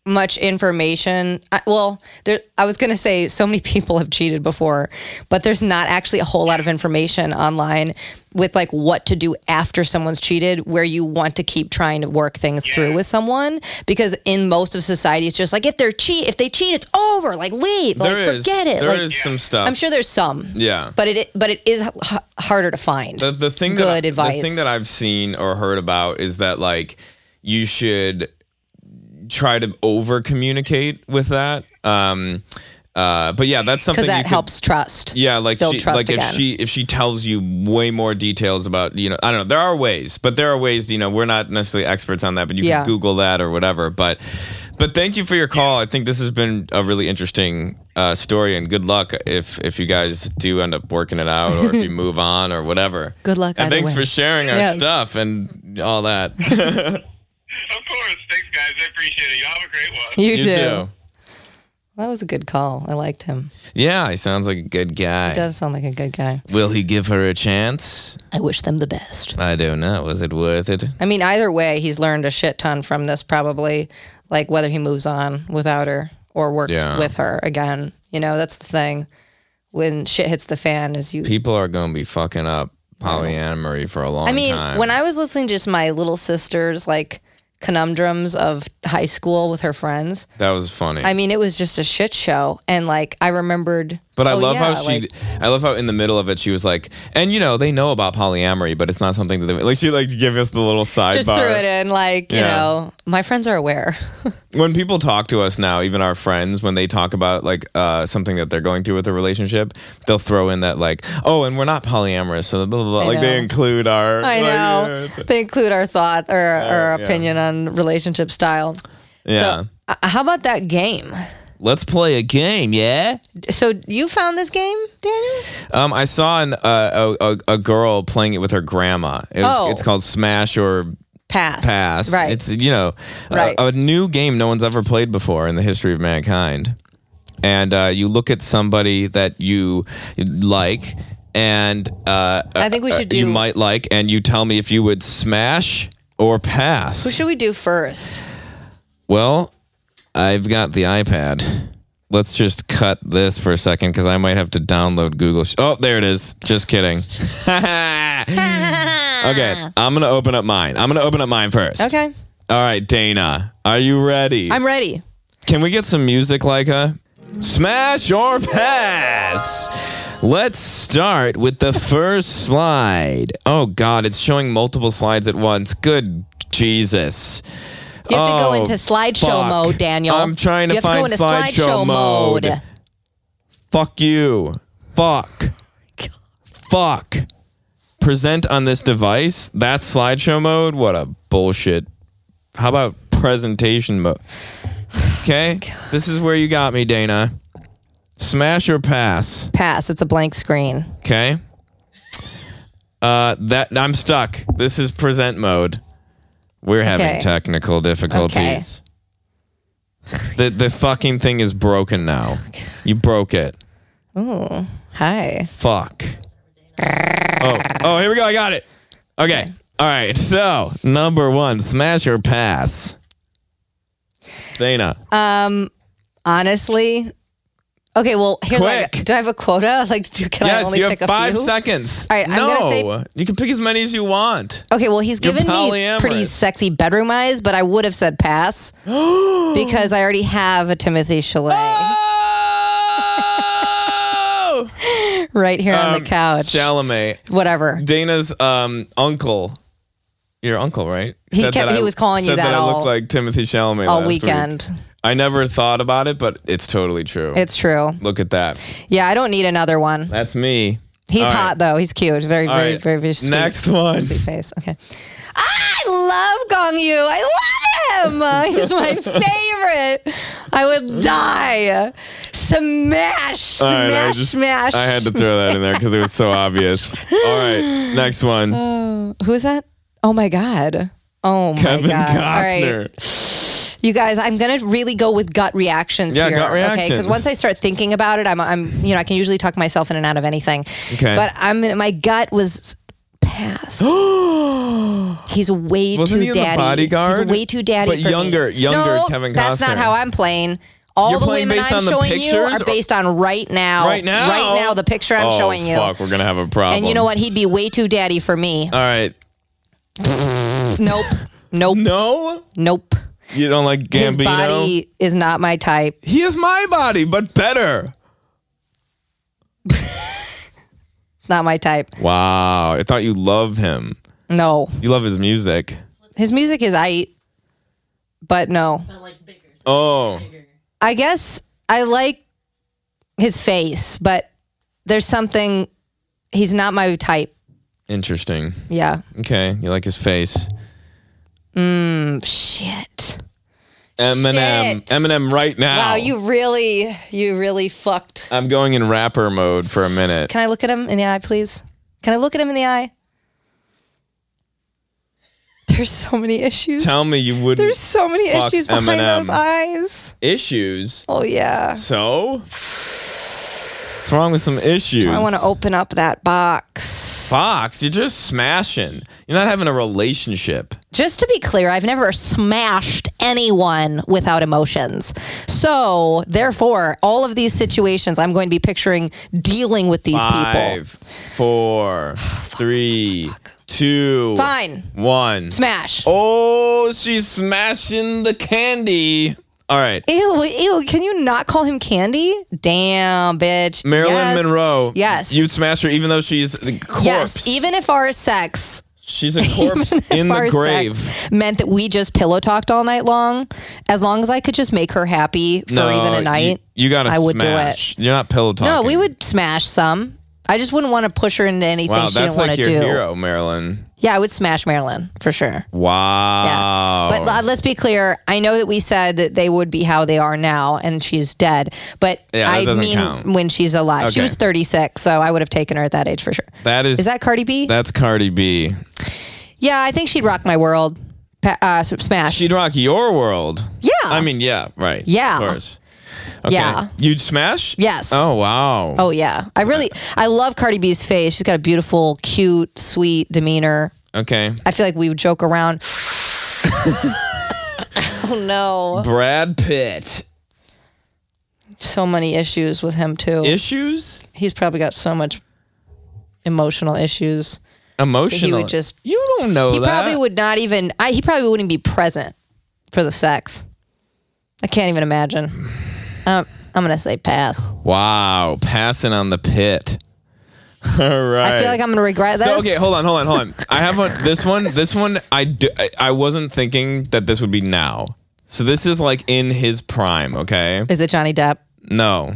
much information. I, well, there. I was gonna say so many [laughs] people have cheated before, but there's not actually a whole lot of information online with like what to do after someone's cheated, where you want to keep trying to work things through with someone. Because in most of society, it's just like if they're cheat, if they cheat, it's over. Like leave.
There
like
is
forget it.
there
like
is some stuff.
I'm sure there's some.
yeah.
But it but it is h- harder to find.
the, the thing that
good
I-
advice.
The thing that I've seen or heard about is that like you should try to over communicate with that. Um, uh, but yeah, that's something
because
you
that
could-
helps trust.
Yeah, like
build
she,
trust
like
again.
if she if she tells you way more details about you know I don't know there are ways but there are ways you know we're not necessarily experts on that but you
Yeah.
can Google that or whatever but but thank you for your call I think this has been a really interesting uh, story and good luck if if you guys do end up working it out or if
[laughs]
you move on or whatever
Good luck
and
either
thanks
way.
for sharing our
Yes.
stuff and all that
[laughs]
Of course, thanks guys. I appreciate it. Y'all have a great one.
You,
You
do. That was a good call. I liked him.
yeah he sounds like a good guy
He does sound like a good guy.
will he give her a chance
I wish them the best.
I don't know was it worth it
I mean, either way, he's learned a shit ton from this, probably. Like whether he moves on without her or works
Yeah.
with her again. You know, that's the thing. When shit hits the fan, is you.
people are going to be fucking up polyamory for a long
I mean,
time.
when I was listening to just my little sister's like conundrums of high school with her friends,
that was funny.
I mean, it was just a shit show. And like, I remembered
But I
Oh,
love how
yeah,
she,
like-
I love how in the middle of it she was like, and you know they know about polyamory, but it's not something that they like. She like gave us the little sidebar.
Just threw it in, like, you
Yeah.
know, my friends are aware. [laughs]
when people talk to us now, even our friends, when they talk about like uh, something that they're going through with a relationship, they'll throw in that like, oh, and we're not polyamorous, so blah blah blah.
I
like they
know.
include our.
I
like,
know.
yeah, it's-
they include our thought or our
yeah.
opinion on relationship style.
yeah.
So, uh, how about that game?
Let's play a game, yeah.
So, you found this game, Daniel?
Um, I saw an, uh, a, a a girl playing it with her grandma. It was,
Oh.
It's called Smash or
Pass.
Pass.
Right.
It's you know a-
Right.
a, new game no one's ever played before in the history of mankind, and uh, you look at somebody that you like, and uh,
I think we
uh,
should
you
do-
might like, and you tell me if you would smash or pass.
Who should we do first?
Well, I've got the iPad. Let's just cut this for a second because I might have to download Google. Sh- oh, there it is. Just kidding. [laughs] okay, I'm gonna open up mine. I'm gonna open up mine first.
Okay.
All right, Dana, are you ready?
I'm ready.
Can we get some music, Leica? Smash or pass? Let's start with the first [laughs] slide. Oh God, it's showing multiple slides at once. Good Jesus.
You have to
Oh,
go into slideshow
fuck.
mode, Daniel.
I'm trying to
you have
find
to go into
slideshow mode. Fuck you. Fuck. Fuck. Present on this device? That slideshow mode? What a bullshit. How about presentation mode? Okay. This is where you got me, Dana. Smash or pass.
Pass. It's a blank screen.
Okay. Uh, that I'm stuck. This is present mode. We're having
Okay.
technical difficulties. The the fucking thing is broken now. You broke it.
Hi.
Fuck. Oh, oh, here we go. I got it. Okay. All right. So, number one, smash or pass. Dana.
Uh, Um, Honestly. Okay, well, here's what I
Quick.
got. do I have a quota? [laughs] Like, do, can I
yes,
only
you
pick
have
a
five
few?
seconds.
All right, I'm
no,
gonna say-
you can pick as many as you
[laughs]
want.
Okay, well, he's
You're
given me
polyamorous.
pretty sexy bedroom eyes, but I would have
[gasps]
said pass because I already have a Timothy Chalet
Ah! Oh!
right here on
Um,
the couch.
Chalamet.
Whatever.
Dana's um, uncle, your uncle, right?
He kept- he was calling you
said
that
I
all-
looked like Timothy Chalamet
all
last week.
weekend.
I never thought about it, but it's totally true.
It's true.
Look at that.
Yeah, I don't need another one.
That's me.
He's
All right.
hot though. He's cute. Very,
All
very,
right.
very, very sweet.
Next
[laughs]
one.
Sweet face. Okay. I love Gong Yu. I love him. Uh,
[laughs]
He's my favorite. I would die. Smash,
All right,
smash,
I just-
smash.
I had to throw that in there because it was so obvious. All right, next one.
Oh Who's that? Oh my god. Oh my
Kevin
god. All
Costner.
right. You guys, I'm gonna really go with gut reactions
Yeah,
here.
gut
Okay, because
reactions.
once I start thinking about it, I'm, I'm, you know, I can usually talk myself in and out of anything.
Okay.
But I'm, my gut was
[gasps]
pass. He's way
Wasn't
too
he in The
daddy.
Bodyguard?
He's way too daddy.
But
for me.
younger- younger
no,
Kevin
That's
Costner.
not how I'm playing. All
You're
the
playing
women
based
I'm
on the
showing you
pictures
are
or-
based on Oh, right now.
Right now?
Right now, the picture I'm
oh,
showing you.
Fuck, we're gonna have a problem.
And you know what? He'd be way too daddy for
[laughs]
me.
All right.
nope. Nope.
No,
Nope.
you don't like Gambino.
His body is not my type.
He is my body, but better.
It's not my type.
Wow, I thought you love him.
No.
You love his music.
His music is I but no.
Oh,
I guess I like his face, but there's something he's not my type.
interesting.
Yeah.
Okay, you like his face.
Mm. Shit.
Eminem,
Shit.
Eminem, right now.
Wow, you really you really fucked.
I'm going in rapper mode for a minute.
Can I look at him in the eye, please? Can I look at him in the eye? There's so many issues.
Tell me you wouldn't
There's so many
Fuck
issues behind
Eminem.
those eyes.
issues.
Oh yeah.
So, what's wrong with some issues?
I want to open up that box.
Fox, you're just smashing. You're not having a relationship.
Just to be clear, I've never smashed anyone without emotions. So, therefore, all of these situations I'm going to be picturing dealing with these people.
Five,
[sighs]
four, three, two,
Fine.
one.
Smash.
Oh, she's smashing the candy. All right.
Ew, ew. Can you not call him Candy? Damn, bitch.
Marilyn
Yes.
Monroe.
Yes.
You'd smash her even though she's the corpse.
Yes, even if our sex [laughs]
she's a corpse in
our
the
sex
grave.
meant that we just pillow talked all night long, as long as I could just make her happy for
no,
even a
you-
night.
You, gotta
I would do it.
smash. You're not pillow talking.
no, we would smash some. I just wouldn't want to push her into anything
Wow,
she
that's
didn't want
like
to
your
do.
hero, Marilyn.
Yeah, I would smash Marilyn for sure.
Wow.
But uh, let's be clear. I know that we said that they would be how they are now, and she's dead. But
Yeah, that
I
doesn't
mean,
count.
when she's alive, she
Okay.
was 36, so I would have taken her at that age for sure.
that is,
Is that Cardi B?
that's Cardi B.
yeah, I think she'd rock my world. Pa- uh, s- smash.
She'd rock your world.
Yeah.
I mean, yeah, right.
Yeah.
Of course. Okay.
Yeah.
You'd smash?
Yes.
Oh wow.
oh yeah, I really I love Cardi B's face. She's got a beautiful, cute, sweet demeanor.
Okay.
I feel like we would joke around. [laughs] oh no,
Brad Pitt.
so many issues with him too.
Issues?
He's probably got so much emotional issues.
Emotional.
just-
You don't know
He
that.
probably would not even. I, he probably wouldn't be present for the sex. I can't even imagine. Um, I'm gonna say pass.
Wow, passing on the pit. [laughs] All right.
I feel like I'm gonna regret this.
So okay, hold on, hold on, hold on. I have one. This one, this one. I do, I, I wasn't thinking that this would be now. So this is like in his prime. Okay.
Is it Johnny
[laughs]
Depp?
No.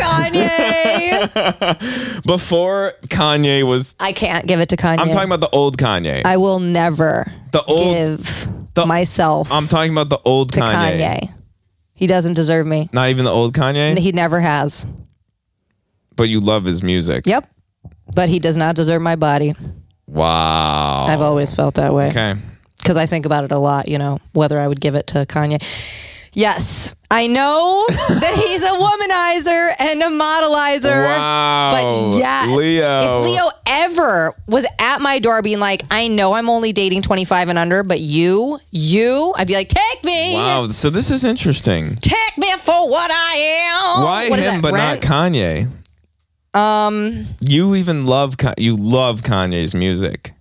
Kanye.
Before Kanye was.
I can't give it to Kanye.
I'm talking about the old Kanye.
I will never
the old.
give
the-
myself
I'm talking about the old
to
Kanye.
Kanye. He doesn't deserve me.
Not even the old Kanye.
And he never has.
but you love his music.
Yep. But he does not deserve my body.
Wow.
I've always felt that way.
okay.
because I think about it a lot, you know, whether I would give it to Kanye. Yes, I
[laughs]
know that he's a womanizer and a modelizer.
Wow.
But yes,
Leo.
if Leo ever was at my door being like, I know I'm only dating 25 and under, but you, you, I'd be like, take me.
Wow. So this is interesting.
Take me for what I am.
Why
Oh, What is
him
that,
but
Rent? Um,
not Kanye? Um, you even love Ka- you love Kanye's music.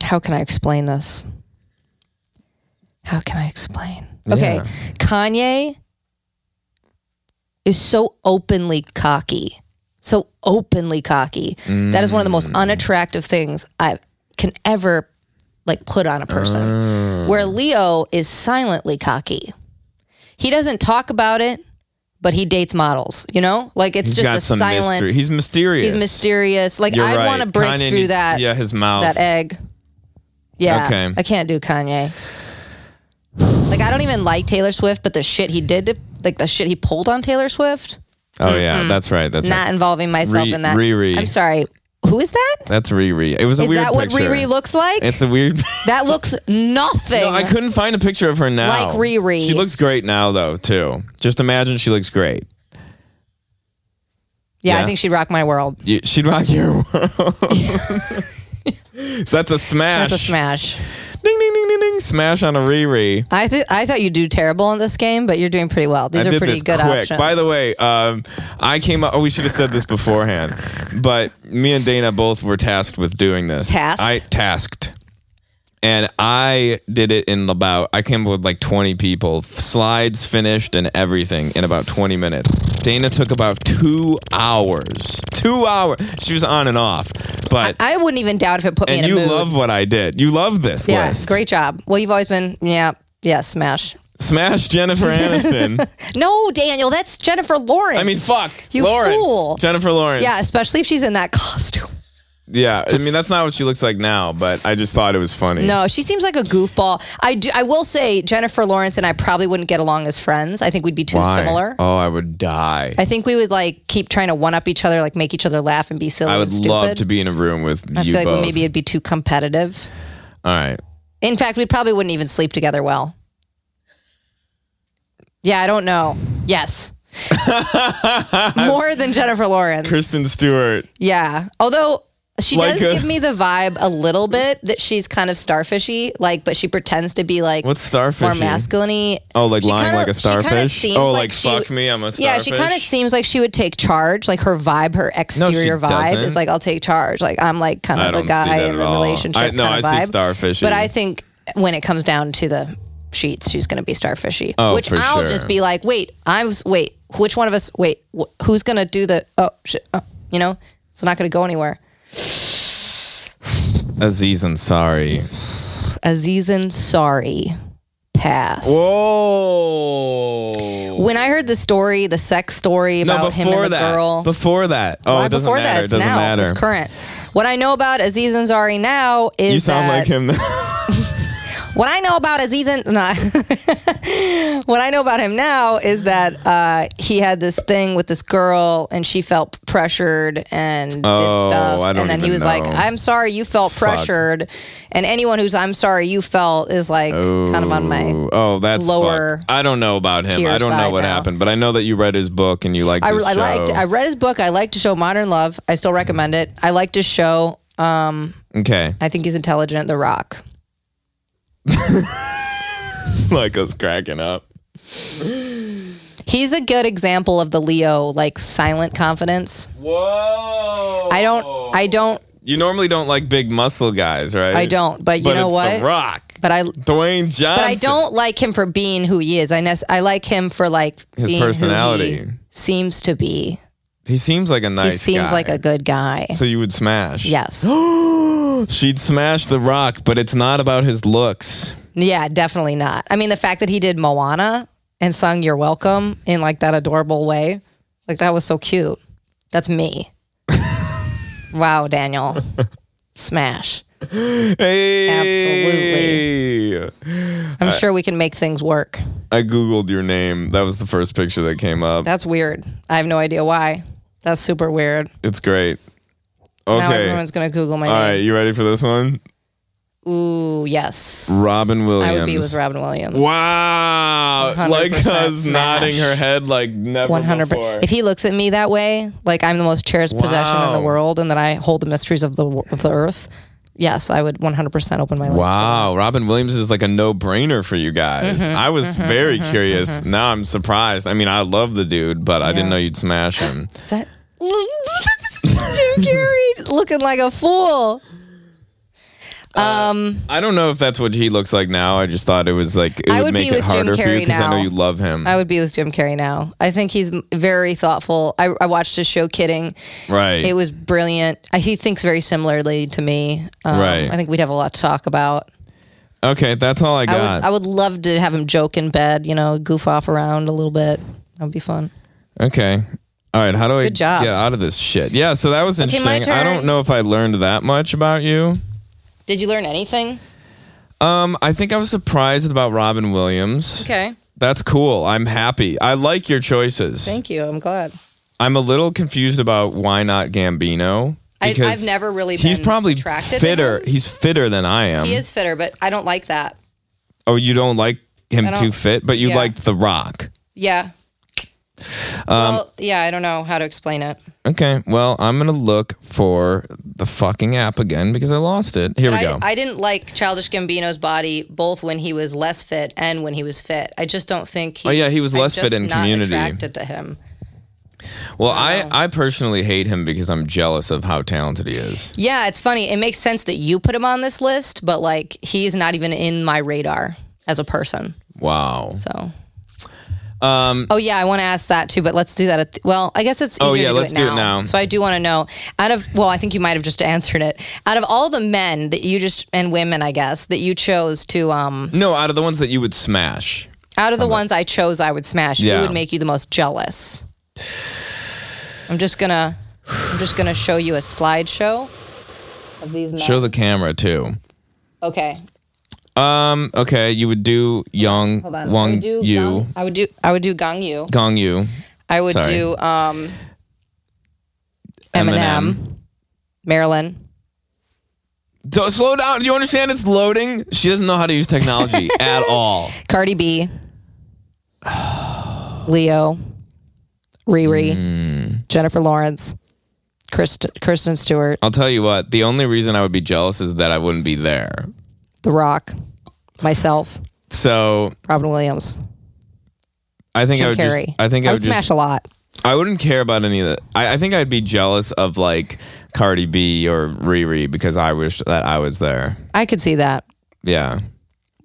How can I explain this? How can I explain? Okay.
Yeah.
Kanye is so openly cocky. So openly cocky. That is one of the
Mm.
most unattractive things I can ever like put on a person.
Ah.
Where Leo is silently cocky. He doesn't talk about it, but he dates models, you know? Like it's
He's
just
got
a
some
silent
mystery. He's mysterious.
He's mysterious. Like
You're
I
right.
want to break
Kanye
through
needs-
that
Yeah, his mouth.
that egg. Yeah.
Okay.
I can't do Kanye. Like I don't even like Taylor Swift, but the shit he did to like the shit he pulled on Taylor Swift,
oh yeah, that's right. That's
Mm-hmm. not
right.
involving myself
Re-
in that.
Riri.
I'm sorry. Who is that?
That's Riri. It was a
Is
weird
that what
picture.
Riri looks like?
It's a
[laughs]
weird.
that looks nothing.
no, I couldn't find a picture of her now.
Like Riri.
She looks great now though too. Just imagine she looks great.
yeah,
yeah.
I think she'd rock my world.
You, she'd rock your [laughs]
[laughs]
world. That's a smash.
That's a smash.
Ding ding ding ding ding. Smash on a Riri.
I th- I thought you'd do terrible in this game, but you're doing pretty well. These
I
are
did
pretty
this
good
quick.
options.
By the way, um, I came up. Oh, we should have said this beforehand, but me and Dana both were tasked with doing this.
Tasked?
I tasked, and I did it in about. I came up with like twenty people, slides finished, and everything in about twenty minutes. Dana took about two hours. Two hours. She was on and off, but
I wouldn't even doubt if it put me in
and
a
you
mood.
love what I did. You love this
yeah,
list.
great job. Well, you've always been yeah, yeah, smash.
Smash
[laughs]
Jennifer Aniston.
No, Daniel, that's Jennifer Lawrence.
I mean, fuck.
You
Lawrence.
fool.
Jennifer Lawrence.
Yeah, especially if she's in that [laughs] costume.
Yeah, I mean that's not what she looks like now, but I just thought it was funny.
No, she seems like a goofball. I do, I will say Jennifer Lawrence and I probably wouldn't get along as friends. I think we'd be too
Why?
similar.
Oh, I would die.
I think we would like keep trying to one up each other, like make each other laugh and be silly.
I would
and stupid.
love to be in a room with
I
you
feel like
both.
maybe it'd be too competitive.
All right.
In fact, we probably wouldn't even sleep together well. Yeah, I don't know.
[laughs]
Yes. More than Jennifer Lawrence.
Kristen Stewart.
Yeah. Although she
Like
does
a-
give me the vibe a little bit that she's kind of starfishy, like, but she pretends to be like
What's starfish?
more masculine.
Oh, like lying like a
She kinda
starfish.
seems
oh,
like,
like,
she,
fuck me, I'm a starfish.
Yeah, she kind of seems like she would take charge. Like her vibe, her exterior vibe
doesn't.
is like, I'll take charge. Like I'm like kind
I
of
don't
the
see
guy
that
in
at
the
all.
relationship.
I, no,
kind of
I
vibe.
see starfish.
But I think when it comes down to the sheets, she's going to be starfishy.
Oh,
which
for
I'll
sure.
just be like, wait, I was, wait, which one of us, wait, wh- who's going to do the, oh, sh- oh, you know, it's not going to go anywhere.
Aziz Ansari.
Azizan, sorry. Pass.
Whoa.
When I heard the story, the sex story about
no,
him and
before
the
that.
girl.
Before that. Oh,
Why
it doesn't
before
matter.
that,
it
it's
doesn't
now.
matter.
It's current. What I know about Aziz Ansari now is
You sound
that
like him. [laughs]
what I know about Aziz An- no. [laughs] what I know about him now is that uh, he had this thing with this girl, and she felt pressured and
Oh,
did stuff,
I don't
and then he
even
was like,
know.
"I'm sorry, you felt pressured," and anyone who's "I'm sorry, you felt" is like kind of on my
Ooh, oh, that's
lower
lower. I don't know about him.
tier
I don't know
side
what
now.
happened, but I know that you read his book and you liked.
I,
his
I
show.
liked. I read his book. I liked to show Modern Love. I still recommend it. I liked his show. Um, [laughs]
okay,
I think he's intelligent. The Rock.
like us cracking up.
He's a good example of the Leo like silent confidence.
Whoa!
I don't. I don't.
You normally don't like big muscle guys, right?
I don't. But you
but
know
it's
what?
The Rock,
But I.
Dwayne Johnson.
But I don't like him for being who he is. I nes- I like him for like
His
being who he
personality.
seems to be.
He seems like a nice.
he seems
guy.
like a good guy.
So you would smash.
yes.
[gasps]
[gasps]
She'd smash the Rock, but it's not about his looks.
yeah. Definitely not. I mean, the fact that he did Moana and sung "You're Welcome" in like that adorable way, like that was so cute.
[laughs]
That's me. wow, Daniel, smash.
Hey. Absolutely.
I'm sure we can make things work.
I googled your name. That was the first picture that came up.
That's weird. I have no idea why. That's super weird.
it's great.
Now
Okay.
everyone's gonna Google my
All right,
name.
you ready for this one?
Ooh, yes.
Robin
I would be with
Williams.
Robin Williams.
Wow. Like
100%
us nodding her
smash.
head like never
One hundred
before.
percent. If he looks at me that way, like I'm the most cherished possession in the
Wow.
world, and that I hold the mysteries of the wo- of the earth, yes, I would one hundred percent open my. Lens
Wow, Robin Williams is like a no-brainer for you guys.
Mm-hmm.
I was very curious. Now I'm surprised. I mean, I love the dude, but I didn't know you'd smash
[laughs]
him.
For that. Is that Jim Carrey looking like a fool? Um,
I don't know if that's what he looks like now. I just thought it was like it
I
would,
would be
make it
with Jim
harder for you
Carrey
because I know
now.
you love him.
I would be with Jim Carrey now. I think he's m- very thoughtful. I, I watched his show, Kidding.
right.
It was brilliant. I, he thinks very similarly to me. Um,
Right.
I think we'd have a lot to talk about.
okay, that's all I
I
got.
would, I would love to have him joke in bed, you know, goof off around a little bit. That would be fun.
Okay. All right. How do I
Good job.
get out of this shit? Yeah. So that was
Okay, my
interesting. I don't
turn.
know if I learned that much about you.
Did you learn anything?
Um, I think I was surprised about Robin Williams.
Okay.
That's cool. I'm happy. I like your choices.
Thank you. I'm glad.
I'm a little confused about why not Gambino.
I,
because
I've never really been
He's probably
attracted
fitter.
To him.
He's fitter than I am.
He is fitter, but I don't like that.
Oh, you don't like him
I don't-
too fit, but you
yeah.
liked The Rock.
Yeah.
Um,
well, yeah, I don't know how to explain it.
Okay. Well, I'm gonna look for the fucking app again because I lost it. Here
But
we
I,
go.
I didn't like Childish Gambino's body both when he was less fit and when he was fit. I just don't think. He,
Oh, yeah, he was
I'm
less fit
just
in
not
Community.
Attracted to him.
Well, I, I personally hate him because I'm jealous of how talented he is.
Yeah, it's funny. It makes sense that you put him on this list, but like he's not even in my radar as a person.
Wow.
So. Um, oh yeah, I want to ask that too, but let's do that. At the, well, I guess it's easier
Oh, yeah,
to
let's do it now.
So I do want to know out of well, I think you might have just answered it. Out of all the men that you just and women, I guess that you chose to um
No, out of the ones that you would smash.
out of the ones I chose, I would smash.
Yeah.
Who would make you the most jealous? I'm just gonna, I'm just gonna show you a slideshow of these men.
Show the camera too.
okay,
Um. Okay, you would do Young
hold on. I
Wang
would do
Yu,
Gang- I would do. I would do Gang Yu.
Gong Yu,
I would
Sorry.
do um, Eminem, Marilyn.
So slow down. Do you understand? It's loading. She doesn't know how to use
[laughs]
technology at all.
Cardi
[sighs]
B, Leo, Riri,
Hmm.
Jennifer Lawrence, Kristen, Kristen Stewart,
I'll tell you what. The only reason I would be jealous is that I wouldn't be there.
The Rock, myself,
So
Robin Williams,
I think I
Jim
would
Carrey.
just. I think I,
I
would
would smash
just.
a lot.
I wouldn't care about any of that. I, I think I'd be jealous of like Cardi B or Riri because I wish that I was there.
I could see that.
Yeah.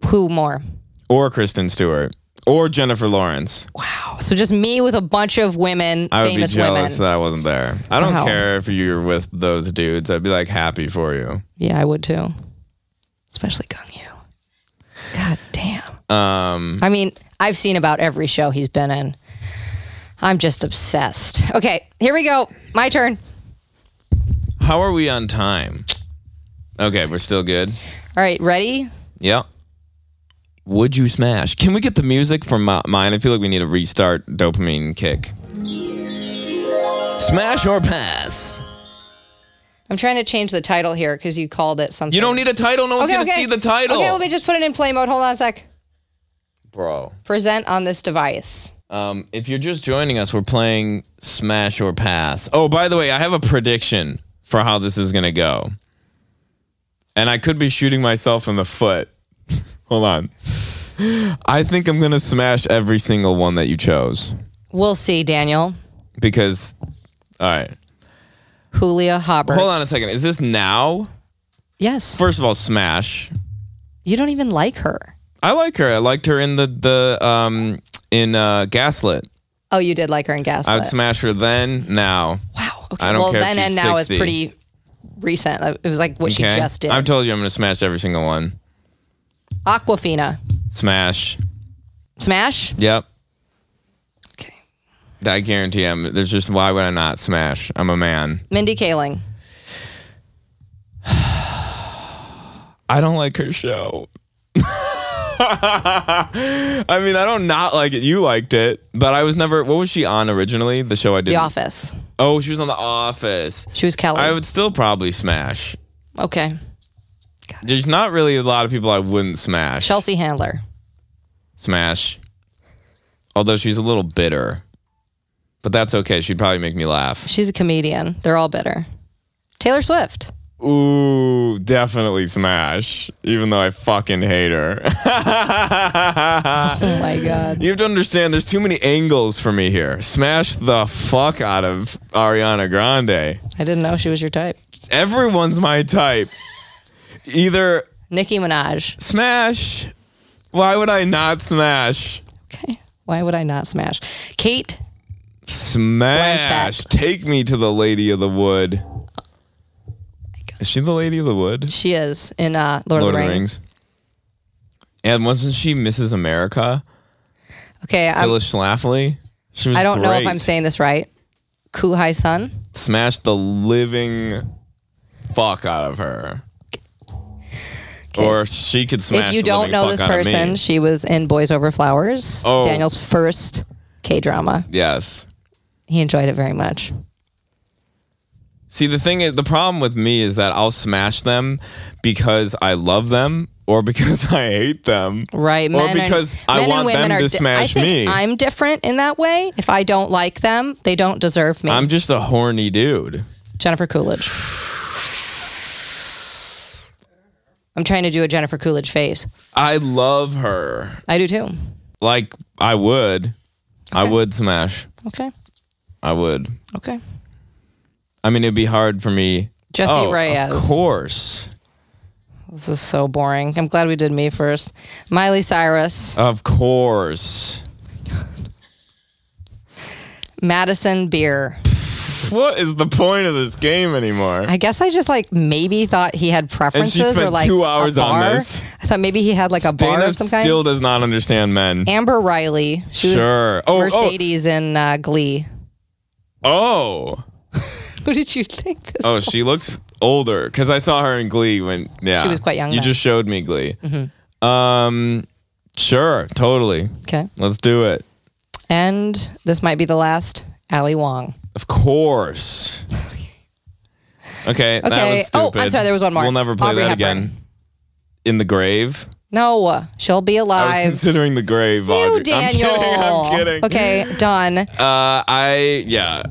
Who more?
or Kristen Stewart or Jennifer Lawrence.
Wow. So just me with a bunch of women,
I would be
famous
jealous
women.
that I wasn't there. I don't
Wow.
care if you're with those dudes. I'd be like happy for you.
yeah, I would too. Especially Gung Yu. God damn.
Um,
I mean, I've seen about every show he's been in. I'm just obsessed. Okay, here we go. My turn.
how are we on time? Okay, we're still good.
All right, ready?
Yeah. Would you smash? Can we get the music from mi- mine? I feel like we need to restart dopamine kick. Smash or pass?
I'm trying to change the title here because you called it something.
You don't need a title. No one's
okay,
gonna
okay.
see the title,
Okay, let me just put it in play mode. Hold on a sec.
bro.
Present on this device.
Um, if you're just joining us, we're playing Smash or Pass. Oh, by the way, I have a prediction for how this is gonna go, and I could be shooting myself in the foot. [laughs] Hold on. I think I'm gonna smash every single one that you chose
We'll see, Daniel.
because. All right.
Julia Roberts.
Hold on a second. Is this now?
Yes.
First of all, Smash.
you don't even like her.
I like her. I liked her in the the um in uh Gaslit.
Oh, you did like her in
I would
Gaslit.
smash her then, now.
wow. Okay.
I don't
well,
care if
then
she's
and now
60.
is pretty recent. It was like what she just did.
I've told you I'm gonna smash every single one.
Aquafina.
Smash.
Smash.
Yep.
Okay.
I guarantee I'm there's just why would I not smash? I'm a man.
Mindy Kaling.
I don't like her show. [laughs] I mean, I don't not like it. You liked it, but I was never. What was she on originally? The show I did.
The Office.
Oh, she was on The Office.
She was Kelly.
I would still probably smash.
okay.
There's not really a lot of people I wouldn't smash.
Chelsea Handler.
Smash. Although she's a little bitter. But that's okay. She'd probably make me laugh.
She's a comedian. They're all bitter. Taylor Swift.
Ooh, definitely smash. Even though I fucking hate [laughs] her.
Oh my God.
you have to understand there's too many angles for me here. Smash the fuck out of Ariana Grande.
I didn't know she was your type.
Everyone's my type. Either
Nicki Minaj.
smash. Why would I not smash?
Okay. Why would I not smash? Kate.
Smash.
Blanchett.
Take me to the Lady of the Wood. Is she the Lady of the Wood?
She is in uh, Lord, of the Rings.
And wasn't she Mrs. America?
Okay. I'm,
Phyllis Schlafly? She was
I don't know if
great.
I'm saying this right. Kuhai Sun.
Smash the living fuck out of her. Or she could smash
if you
the
don't
living
know
fuck
this
out of me.
person, she was in Boys Over Flowers,
Oh.
Daniel's first K drama.
Yes.
He enjoyed it very much.
See, the thing is, the problem with me is that I'll smash them because I love them or [laughs] because I hate them.
Right,
Or because I
men
want them to
di- I
smash
think
me.
I'm different in that way. If I don't like them, they don't deserve me.
I'm just a horny dude.
Jennifer Coolidge. I'm trying to do a Jennifer Coolidge face.
I love her.
I do too.
Like I would. I
Okay.
would smash.
Okay.
I would.
Okay.
I mean it'd be hard for me.
Jesse
oh,
Reyes.
Of course.
This is so boring. I'm glad we did me first. Miley Cyrus,
Of course.
Madison Beer.
What is the point of this game anymore?
I guess I just like maybe thought he had preferences or
spent
like
two
a
hours on
bar.
this.
I thought maybe he had like a bar
Dana
of some kind.
still does not understand men.
Amber Riley, she
Sure.
was
Oh, oh.
Mercedes in uh, Glee.
Oh.
Who did you think this?
Oh, she looks older because I saw her in Glee when yeah
She was quite young
You
then. Mm-hmm.
just showed me Glee. Um, sure, totally.
Okay,
Let's do it.
and this might be the last. Ali Wong.
Of course. Okay. That
Okay.
was
Oh, I'm
stupid.
sorry, there was one more.
We'll never play
Audrey
that
Hepburn.
again. In the grave.
No, she'll be
I was
alive.
considering the grave. Audrey.
you, Daniel.
I'm kidding. I'm kidding.
Okay, done.
Uh, I yeah.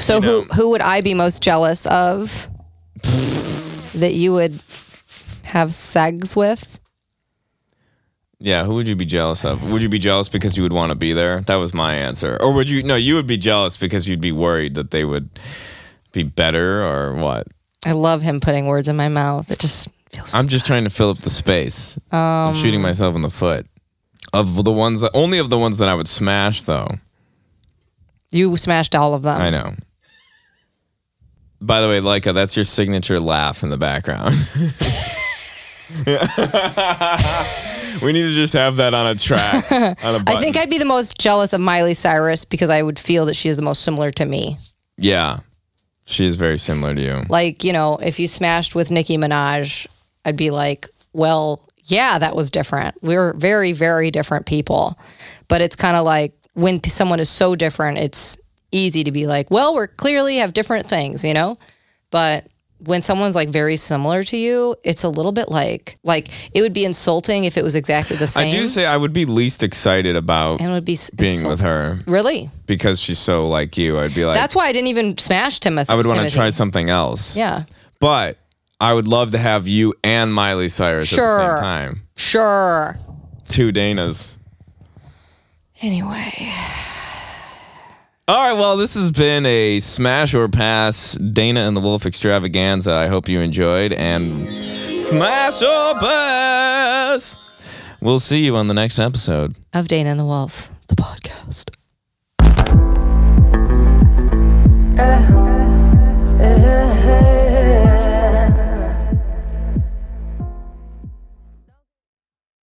So
you
who
know.
who would I be most jealous of that you would have segs with?
Yeah, who would you be jealous of? Would you be jealous because you would want to be there? That was my answer. Or would you? No, you would be jealous because you'd be worried that they would be better or what?
I love him putting words in my mouth. It just feels. Um,
I'm just trying to fill up the space. I'm shooting myself in the foot. Of the ones that only of the ones that I would smash though.
You smashed all of them.
I know. By the way, Leica, that's your signature laugh in the background. [laughs] we need to just have that on a track. On a
[laughs] I
button.
think I'd be the most jealous of Miley Cyrus because I would feel that she is the most similar to me.
yeah, she is very similar to you.
Like, you know, if you smashed with Nicki Minaj, I'd be like, well, yeah, that was different. We were very, very different people. But it's kind of like when p- someone is so different, it's easy to be like, well, we're clearly have different things, you know? But when someone's like very similar to you, it's a little bit like, like it would be insulting if it was exactly the same.
I do say I would be least excited about
and it would be s-
being
insulting.
with her
Really?
because she's so like you. I'd be like,
That's why I didn't even smash Timothy.
I would want to
Timothy.
try something else.
Yeah,
But I would love to have you and Miley Cyrus at the
Sure.
same time.
sure.
Two Danas.
Anyway,
All right, well, this has been a smash or pass Dana and the Wolf extravaganza. I hope you enjoyed and smash or pass. We'll see you on the next episode.
of Dana and the Wolf, the podcast.